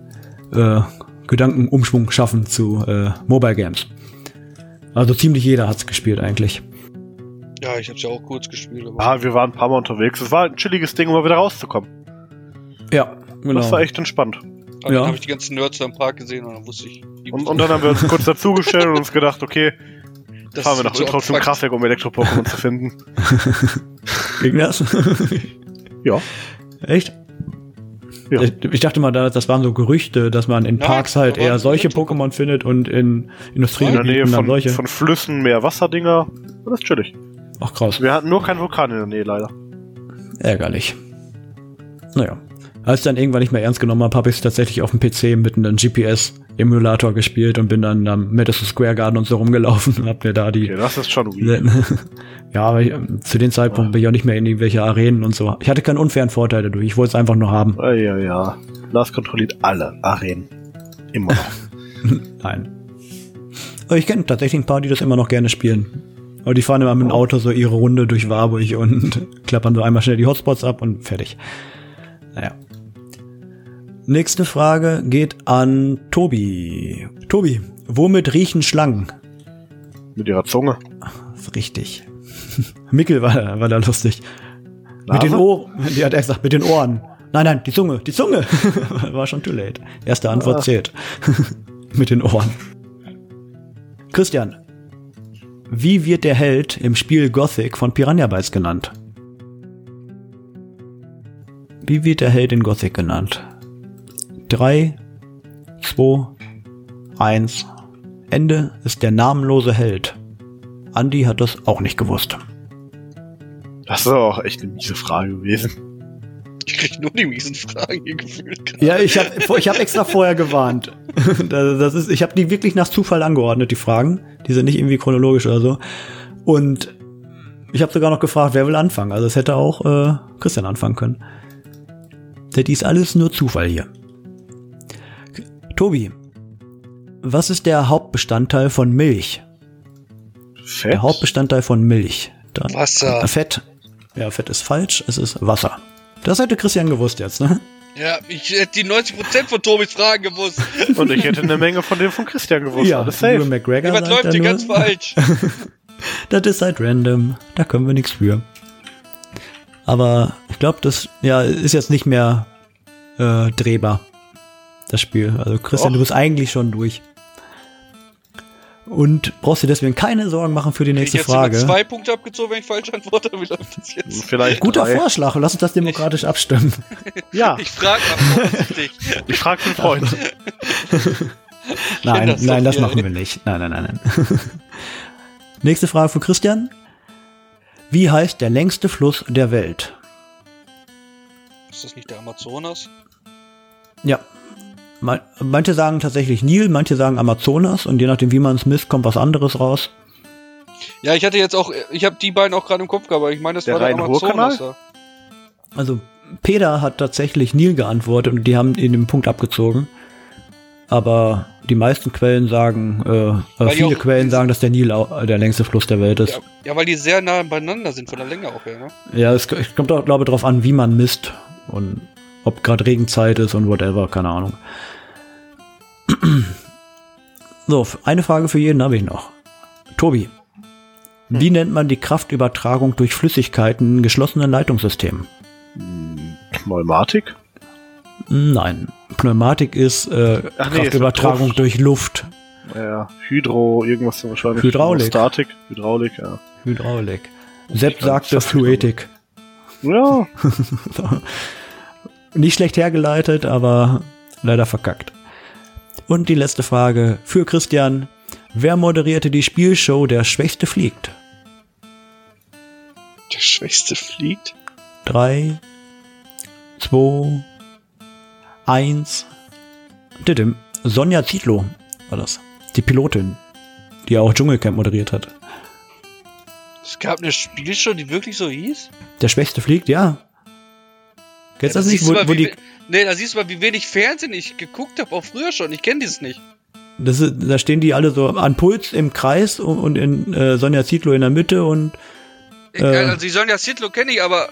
[SPEAKER 2] äh, Gedankenumschwung schaffen zu äh, Mobile Games. Also ziemlich jeder hat's gespielt eigentlich.
[SPEAKER 1] Ja, ich hab's ja auch kurz gespielt, aber.
[SPEAKER 3] Ah, wir waren ein paar Mal unterwegs. Es war ein chilliges Ding, um mal wieder rauszukommen.
[SPEAKER 2] Ja, genau.
[SPEAKER 3] Das war echt entspannt.
[SPEAKER 1] dann
[SPEAKER 2] ja.
[SPEAKER 1] habe ich die ganzen Nerds da im Park gesehen und dann wusste ich. die
[SPEAKER 3] Und,
[SPEAKER 1] wussten-
[SPEAKER 3] und dann haben wir uns kurz dazugestellt und uns gedacht, okay,
[SPEAKER 1] (laughs) das
[SPEAKER 3] fahren wir
[SPEAKER 1] ist
[SPEAKER 3] nach
[SPEAKER 1] so
[SPEAKER 3] Ultra zum
[SPEAKER 1] abfuckt.
[SPEAKER 3] Kraftwerk, um Elektro-Pokémon zu finden.
[SPEAKER 2] Ging das?
[SPEAKER 3] Ja.
[SPEAKER 2] (laughs) Echt?
[SPEAKER 3] Ja.
[SPEAKER 2] Ich, ich dachte mal, da- das waren so Gerüchte, dass man in
[SPEAKER 1] Nein,
[SPEAKER 2] Parks halt
[SPEAKER 1] da waren
[SPEAKER 2] eher solche
[SPEAKER 1] Gerüchte.
[SPEAKER 2] Pokémon findet und in
[SPEAKER 3] In der Nähe
[SPEAKER 2] Industriegebieten dann
[SPEAKER 3] von,
[SPEAKER 2] solche.
[SPEAKER 3] von Flüssen, mehr Wasserdinger. Das ist chillig.
[SPEAKER 2] Ach, krass.
[SPEAKER 3] Wir hatten nur keinen Vulkan in der Nähe, leider.
[SPEAKER 2] Ärgerlich. Naja. Als ich dann irgendwann nicht mehr ernst genommen habe, habe ich es tatsächlich auf dem PC mit einem GPS-Emulator gespielt und bin dann am Madison Square Garden und so rumgelaufen und habe mir da die
[SPEAKER 3] Okay, das ist schon weird.
[SPEAKER 2] (laughs) ja, aber ich, ähm, zu dem Zeitpunkt bin ich auch nicht mehr in irgendwelche Arenen und so. Ich hatte keinen unfairen Vorteil dadurch. Ich wollte es einfach nur haben.
[SPEAKER 3] Ah, ja, ja. Lars kontrolliert alle Arenen. Immer noch.
[SPEAKER 2] Nein. Aber ich kenne tatsächlich ein paar, die das immer noch gerne spielen. Aber die fahren immer mit dem Auto so ihre Runde durch Warburg und (laughs) klappern so einmal schnell die Hotspots ab und fertig. Naja. Nächste Frage geht an Tobi. Tobi, womit riechen Schlangen?
[SPEAKER 3] Mit ihrer Zunge.
[SPEAKER 2] Ist richtig. (laughs) Mickel war, da- war da lustig. Mit
[SPEAKER 3] Nase?
[SPEAKER 2] den Ohren. (laughs) Die hat er gesagt, mit den Ohren. Nein, nein, die Zunge, die Zunge. (laughs) war schon too late. Erste Antwort zählt. (laughs) mit den Ohren. Christian, wie wird der Held im Spiel Gothic von Piranha Bytes genannt? Wie wird der Held in Gothic genannt? 3, 2, 1. Ende ist der namenlose Held. Andy hat das auch nicht gewusst.
[SPEAKER 3] Das ist aber auch echt eine miese Frage gewesen.
[SPEAKER 1] Ich krieg nur die miesen Fragen hier gefühlt.
[SPEAKER 2] Ja, ich habe ich hab extra vorher gewarnt. (laughs) Das, das ist, ich habe die wirklich nach Zufall angeordnet, die Fragen. Die sind nicht irgendwie chronologisch oder so. Und ich habe sogar noch gefragt, wer will anfangen. Also es hätte auch äh, Christian anfangen können. Das ist alles nur Zufall hier. K- Tobi, was ist der Hauptbestandteil von Milch?
[SPEAKER 3] Fett?
[SPEAKER 2] Der Hauptbestandteil von Milch. Da-
[SPEAKER 1] Wasser.
[SPEAKER 2] Fett. Ja, Fett ist falsch, es ist Wasser. Das hätte Christian gewusst jetzt, ne?
[SPEAKER 1] Ja, ich hätte die 90% von Tobis Fragen gewusst.
[SPEAKER 3] Und ich hätte eine Menge von dem von Christian gewusst.
[SPEAKER 2] Ja,
[SPEAKER 3] Alles
[SPEAKER 2] Ewan
[SPEAKER 3] safe.
[SPEAKER 2] McGregor
[SPEAKER 1] Jemand
[SPEAKER 2] sagt
[SPEAKER 1] läuft
[SPEAKER 2] dann
[SPEAKER 1] hier
[SPEAKER 2] nur,
[SPEAKER 1] ganz falsch.
[SPEAKER 2] Das ist halt random, da können wir nichts für. Aber ich glaube, das ja, ist jetzt nicht mehr äh, drehbar, das Spiel. Also Christian,
[SPEAKER 3] Doch.
[SPEAKER 2] du bist eigentlich schon durch. Und brauchst dir deswegen keine Sorgen machen für die
[SPEAKER 1] Krieg ich
[SPEAKER 2] nächste
[SPEAKER 1] jetzt sogar
[SPEAKER 2] Frage.
[SPEAKER 1] zwei Punkte abgezogen, wenn ich falsch antworte. Wie läuft das jetzt?
[SPEAKER 3] Vielleicht
[SPEAKER 2] Guter
[SPEAKER 3] drei.
[SPEAKER 2] Vorschlag, lass uns das demokratisch
[SPEAKER 1] (laughs)
[SPEAKER 2] abstimmen.
[SPEAKER 3] Ja,
[SPEAKER 1] Ich frage mal
[SPEAKER 2] (laughs)
[SPEAKER 1] vorsichtig.
[SPEAKER 3] ich frage einen
[SPEAKER 2] Also,
[SPEAKER 3] Freund.
[SPEAKER 2] Nein,
[SPEAKER 1] das so
[SPEAKER 2] nein, das
[SPEAKER 1] viel,
[SPEAKER 2] machen
[SPEAKER 1] ey.
[SPEAKER 2] wir nicht. Nein, nein, nein, nein. (laughs) Nächste Frage für Christian. Wie heißt der längste Fluss der Welt?
[SPEAKER 1] Ist das nicht der Amazonas?
[SPEAKER 2] Ja. Me- Manche sagen tatsächlich Nil, manche sagen Amazonas und je nachdem, wie man es misst, kommt was anderes raus.
[SPEAKER 1] Ja, ich hatte jetzt auch, ich habe die beiden auch gerade im Kopf gehabt, aber ich meine, das
[SPEAKER 3] Der
[SPEAKER 1] war der
[SPEAKER 3] Rhein-Ruhr-Kanal?
[SPEAKER 1] Amazonas. da.
[SPEAKER 2] Also Peter hat tatsächlich Nil geantwortet und die haben ihn den Punkt abgezogen. Aber die meisten Quellen sagen, äh, äh,
[SPEAKER 1] Weil die
[SPEAKER 2] viele
[SPEAKER 1] auch-
[SPEAKER 2] Quellen sagen, dass der Nil au- äh, der längste Fluss der Welt ist.
[SPEAKER 1] Ja, ja, weil die sehr nah beieinander sind, von der Länge auch her, ne?
[SPEAKER 2] Ja, es k- kommt auch, glaube ich, darauf an, wie man misst und ob gerade Regenzeit ist und whatever, keine Ahnung. (clears throat) So, f- eine Frage für jeden habe ich noch. Tobi,
[SPEAKER 3] Hm.
[SPEAKER 2] wie nennt man die Kraftübertragung durch Flüssigkeiten in geschlossenen Leitungssystemen?
[SPEAKER 3] Hm, Pneumatik?
[SPEAKER 2] Nein, Pneumatik ist äh,
[SPEAKER 3] Ach nee,
[SPEAKER 2] Kraftübertragung
[SPEAKER 3] ist Luft.
[SPEAKER 2] durch Luft.
[SPEAKER 3] Ja, Hydro, irgendwas so wahrscheinlich.
[SPEAKER 2] Hydraulik.
[SPEAKER 3] Statik, Hydraulik, ja.
[SPEAKER 2] Hydraulik. Sepp
[SPEAKER 3] kann
[SPEAKER 2] sagte
[SPEAKER 3] fast nicht
[SPEAKER 2] Fluetik.
[SPEAKER 3] Ja,
[SPEAKER 2] Nicht schlecht hergeleitet, aber leider verkackt. Und die letzte Frage für Christian. Wer moderierte die Spielshow Der Schwächste fliegt?
[SPEAKER 1] Der Schwächste fliegt?
[SPEAKER 2] Drei, zwei, eins. Didim. Sonja Zietlow war das. Die Pilotin, die auch Dschungelcamp moderiert hat.
[SPEAKER 1] Es gab eine Spielshow, die wirklich so hieß?
[SPEAKER 2] Der Schwächste fliegt, ja. Kennst du
[SPEAKER 1] Ja,
[SPEAKER 2] das nicht?
[SPEAKER 1] siehst
[SPEAKER 2] Wo,
[SPEAKER 1] du mal,
[SPEAKER 2] wo
[SPEAKER 1] wie
[SPEAKER 2] die,
[SPEAKER 1] we- Nee, da siehst du mal, wie wenig Fernsehen ich geguckt habe, auch früher schon. Ich kenne dieses nicht.
[SPEAKER 2] das ist, da stehen die alle so an Puls im Kreis und, und in äh, Sonja Zietlow in der Mitte und
[SPEAKER 1] Ich,
[SPEAKER 2] Äh.
[SPEAKER 1] Also, die sollen ja Sidlo kenne ich, aber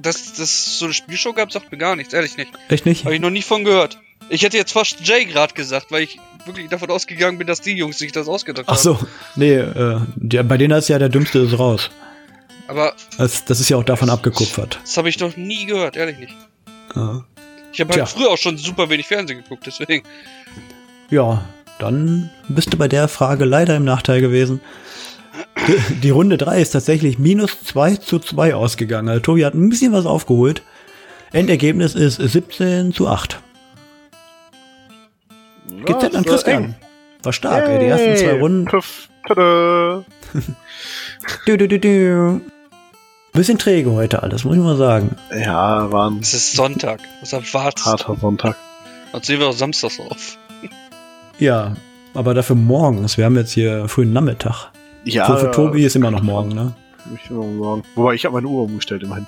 [SPEAKER 1] dass das so eine Spielshow gab, sagt mir gar nichts, ehrlich nicht.
[SPEAKER 2] echt nicht?
[SPEAKER 1] Habe ich noch nie von gehört. Ich hätte jetzt fast Jay gerade gesagt, weil ich wirklich davon ausgegangen bin, dass die Jungs sich das ausgedacht
[SPEAKER 2] Ach so, nee, äh, der, bei denen ist ja der Dümmste ist raus.
[SPEAKER 1] haben. Aber
[SPEAKER 2] Das, das ist ja auch davon abgekupfert.
[SPEAKER 1] das habe ich noch nie gehört, ehrlich nicht.
[SPEAKER 2] Ja.
[SPEAKER 1] Ich habe
[SPEAKER 2] Tja.
[SPEAKER 1] halt früher auch schon super wenig Fernsehen geguckt, deswegen.
[SPEAKER 2] Ja, dann bist du bei der Frage leider im Nachteil gewesen. Die, die Runde 3 ist tatsächlich minus 2 zu 2 ausgegangen. Also Tobi hat ein bisschen was aufgeholt. Endergebnis ist 17 zu 8. Geht's
[SPEAKER 3] Ja,
[SPEAKER 2] halt an
[SPEAKER 3] das war
[SPEAKER 2] Christian.
[SPEAKER 3] Oh, eng.
[SPEAKER 2] War stark, ey. Die ersten zwei
[SPEAKER 3] Yay.
[SPEAKER 2] Runden.
[SPEAKER 3] Puff, tada.
[SPEAKER 2] Du, du, du, du. Bisschen träge heute alles, muss ich mal sagen.
[SPEAKER 3] Ja, war ein
[SPEAKER 1] Es ist Sonntag. Deshalb wartest du.
[SPEAKER 3] harter Sonntag.
[SPEAKER 1] Dann sehen wir auch samstags auf. (laughs)
[SPEAKER 2] Ja, aber dafür morgens. Wir haben jetzt hier frühen Nachmittag.
[SPEAKER 3] Ja,
[SPEAKER 2] Für, für Tobi ist immer noch morgen, ne?
[SPEAKER 3] Ich will mal morgen. Wobei, ich habe meine Uhr umgestellt immerhin.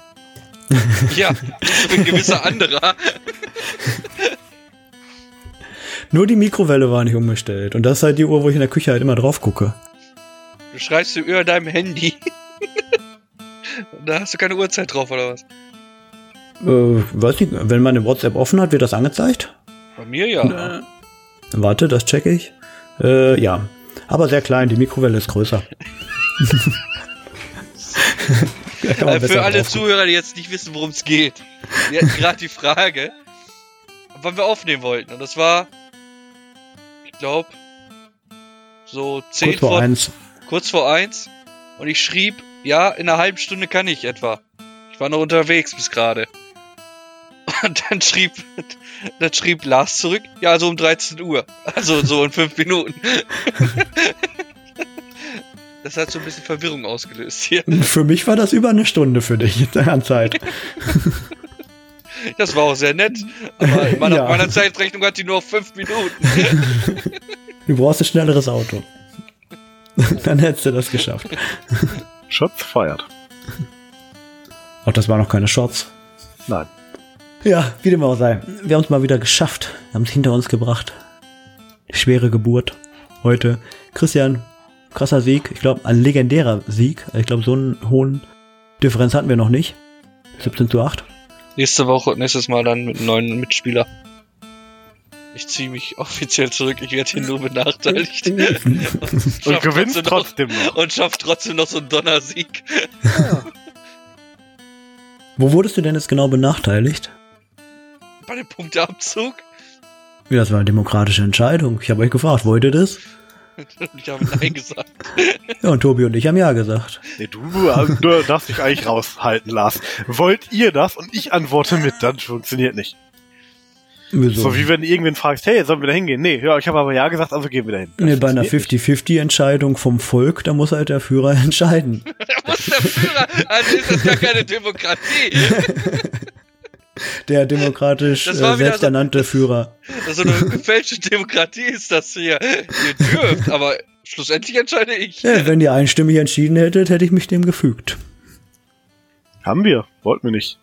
[SPEAKER 1] Ja, ich bin ein gewisser anderer.
[SPEAKER 2] Nur die Mikrowelle war nicht umgestellt. Und das ist halt die Uhr, wo ich in der Küche halt immer drauf gucke.
[SPEAKER 1] Du schreibst über deinem Handy. (laughs) da hast du keine Uhrzeit drauf, oder was?
[SPEAKER 2] Äh, weiß nicht, wenn man eine WhatsApp offen hat, wird das angezeigt? Äh,
[SPEAKER 1] Bei mir ja.
[SPEAKER 2] Warte, das checke ich. Äh, ja. Aber sehr klein, die Mikrowelle
[SPEAKER 1] (laughs)
[SPEAKER 2] ist größer. Da kann man
[SPEAKER 1] Äh,
[SPEAKER 2] besser
[SPEAKER 1] für alle
[SPEAKER 2] drauf gucken.
[SPEAKER 1] Zuhörer, die jetzt nicht wissen, worum es geht. Wir
[SPEAKER 2] (laughs)
[SPEAKER 1] hatten gerade die Frage, wann wir aufnehmen wollten. Und das war, ich glaube, so 10
[SPEAKER 2] Kurz vor eins.
[SPEAKER 1] kurz vor eins. Und ich schrieb, ja, in einer halben Stunde kann ich etwa. Ich war noch unterwegs bis gerade. (laughs) Und dann schrieb, dann schrieb Lars zurück, ja, also um 13 Uhr. Also so in fünf
[SPEAKER 2] (laughs)
[SPEAKER 1] Minuten. Das hat so ein bisschen Verwirrung ausgelöst hier.
[SPEAKER 2] Für mich war das über eine Stunde für dich an Zeit.
[SPEAKER 1] Das war auch sehr nett. Aber in meiner,
[SPEAKER 2] (laughs) Ja.
[SPEAKER 1] meiner Zeitrechnung hat die nur fünf Minuten.
[SPEAKER 2] Du brauchst ein schnelleres Auto. (laughs) Dann hättest du das geschafft.
[SPEAKER 3] Shots feiert.
[SPEAKER 2] Auch das waren noch keine Shots.
[SPEAKER 3] Nein.
[SPEAKER 2] Ja, wie dem auch sei. Wir haben es mal wieder geschafft. Wir haben es hinter uns gebracht. Schwere Geburt. Heute. Christian, krasser Sieg. Ich glaube, ein legendärer Sieg. Ich glaube, so einen hohen Differenz hatten wir noch nicht. 17
[SPEAKER 1] (laughs)
[SPEAKER 2] zu 8.
[SPEAKER 1] Nächste Woche, nächstes Mal dann mit einem neuen Mitspieler. Ich ziehe mich offiziell zurück. Ich werde hier nur benachteiligt.
[SPEAKER 3] Und
[SPEAKER 1] Schafft
[SPEAKER 3] gewinnst trotzdem
[SPEAKER 1] noch,
[SPEAKER 3] noch.
[SPEAKER 1] Und schafft trotzdem noch so einen Donnersieg.
[SPEAKER 2] Wo wurdest du denn jetzt genau benachteiligt?
[SPEAKER 1] Bei dem Punkteabzug.
[SPEAKER 2] Ja, das war eine demokratische Entscheidung. Ich habe euch gefragt, wollt ihr das?
[SPEAKER 1] Und ich habe Nein gesagt. (laughs)
[SPEAKER 2] Ja, und Tobi und ich haben ja gesagt.
[SPEAKER 3] Nee, du, also, du darfst dich eigentlich raushalten, Lars. Wollt ihr das? Und ich antworte mit, dann funktioniert nicht.
[SPEAKER 2] Wieso?
[SPEAKER 3] So wie wenn du irgendwen fragst, hey, sollen wir da hingehen? Nee, ja, ich habe aber ja gesagt, also gehen wir da hin.
[SPEAKER 2] Nee, bei einer 50-50-Entscheidung vom Volk, da muss halt der Führer (laughs) entscheiden.
[SPEAKER 1] Da muss der Führer. Also ist das gar keine Demokratie.
[SPEAKER 2] Der demokratisch äh,
[SPEAKER 1] Das war wieder so-
[SPEAKER 2] selbsternannte Führer.
[SPEAKER 1] Das ist so eine gefälschte Demokratie ist das hier. Ihr dürft, aber schlussendlich entscheide ich.
[SPEAKER 2] Ja, wenn ihr einstimmig entschieden hättet, hätte ich mich dem gefügt.
[SPEAKER 3] Haben wir. Wollten wir nicht.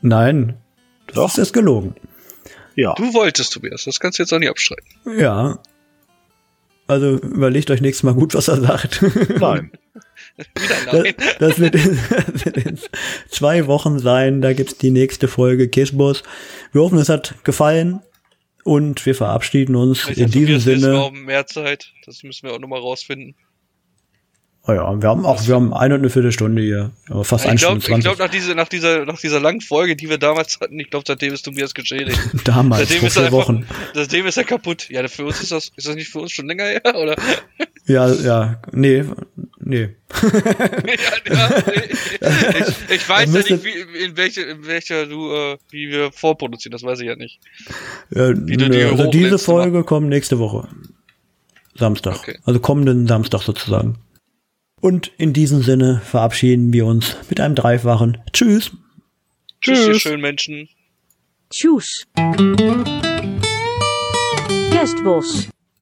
[SPEAKER 2] Nein. Das
[SPEAKER 3] Doch.
[SPEAKER 2] ist jetzt gelogen.
[SPEAKER 3] Ja.
[SPEAKER 1] Du wolltest, Tobias. Das kannst du jetzt auch nicht abschreiten.
[SPEAKER 2] Ja. Also überlegt euch nächstes Mal gut, was
[SPEAKER 1] (laughs)
[SPEAKER 2] er sagt.
[SPEAKER 3] Nein.
[SPEAKER 1] Wieder
[SPEAKER 2] Das,
[SPEAKER 1] nein.
[SPEAKER 2] das wird in, das wird in zwei Wochen sein. Da gibt's die nächste Folge Kissbus. Wir hoffen, es hat gefallen und wir verabschieden uns
[SPEAKER 1] Vielleicht
[SPEAKER 2] in
[SPEAKER 1] hat
[SPEAKER 2] diesem
[SPEAKER 1] Tobias nächstes Mal
[SPEAKER 2] Sinne.
[SPEAKER 1] auch mehr Zeit. Das müssen wir auch nochmal rausfinden.
[SPEAKER 2] Oh ja, wir haben auch wir haben eine und eine Viertelstunde hier, aber fast eine
[SPEAKER 1] Ich glaube,
[SPEAKER 2] Stunde
[SPEAKER 1] glaub,
[SPEAKER 2] zwanzig.
[SPEAKER 1] nach, dieser, nach, dieser, nach dieser langen Folge, die wir damals hatten, ich glaube, seitdem ist Tobias
[SPEAKER 2] (laughs)
[SPEAKER 1] geschädigt.
[SPEAKER 2] Damals
[SPEAKER 1] Seitdem
[SPEAKER 2] vor
[SPEAKER 1] ist, er
[SPEAKER 2] vier
[SPEAKER 1] einfach,
[SPEAKER 2] Wochen.
[SPEAKER 1] seitdem ist er kaputt. Ja, für uns ist das, ist das nicht für uns schon länger her, (laughs) oder?
[SPEAKER 2] Ja, ja, nee, nee.
[SPEAKER 1] ja, ja, ich, ich weiß
[SPEAKER 2] Dann
[SPEAKER 1] ja
[SPEAKER 2] müsste-
[SPEAKER 1] nicht, wie, in welcher in welcher du, äh, wie wir vorproduzieren, das weiß ich ja nicht. du
[SPEAKER 2] Äh,
[SPEAKER 1] die
[SPEAKER 2] nö, also
[SPEAKER 1] hochlädst,
[SPEAKER 2] diese
[SPEAKER 1] immer.
[SPEAKER 2] Folge kommt nächste Woche. Samstag.
[SPEAKER 1] Okay.
[SPEAKER 2] Also kommenden Samstag sozusagen. Und in diesem Sinne verabschieden wir uns mit einem dreifachen Tschüss.
[SPEAKER 1] Tschüss, ihr
[SPEAKER 3] Tschüss.
[SPEAKER 1] schönen Menschen.
[SPEAKER 4] Tjus. Kerstbos.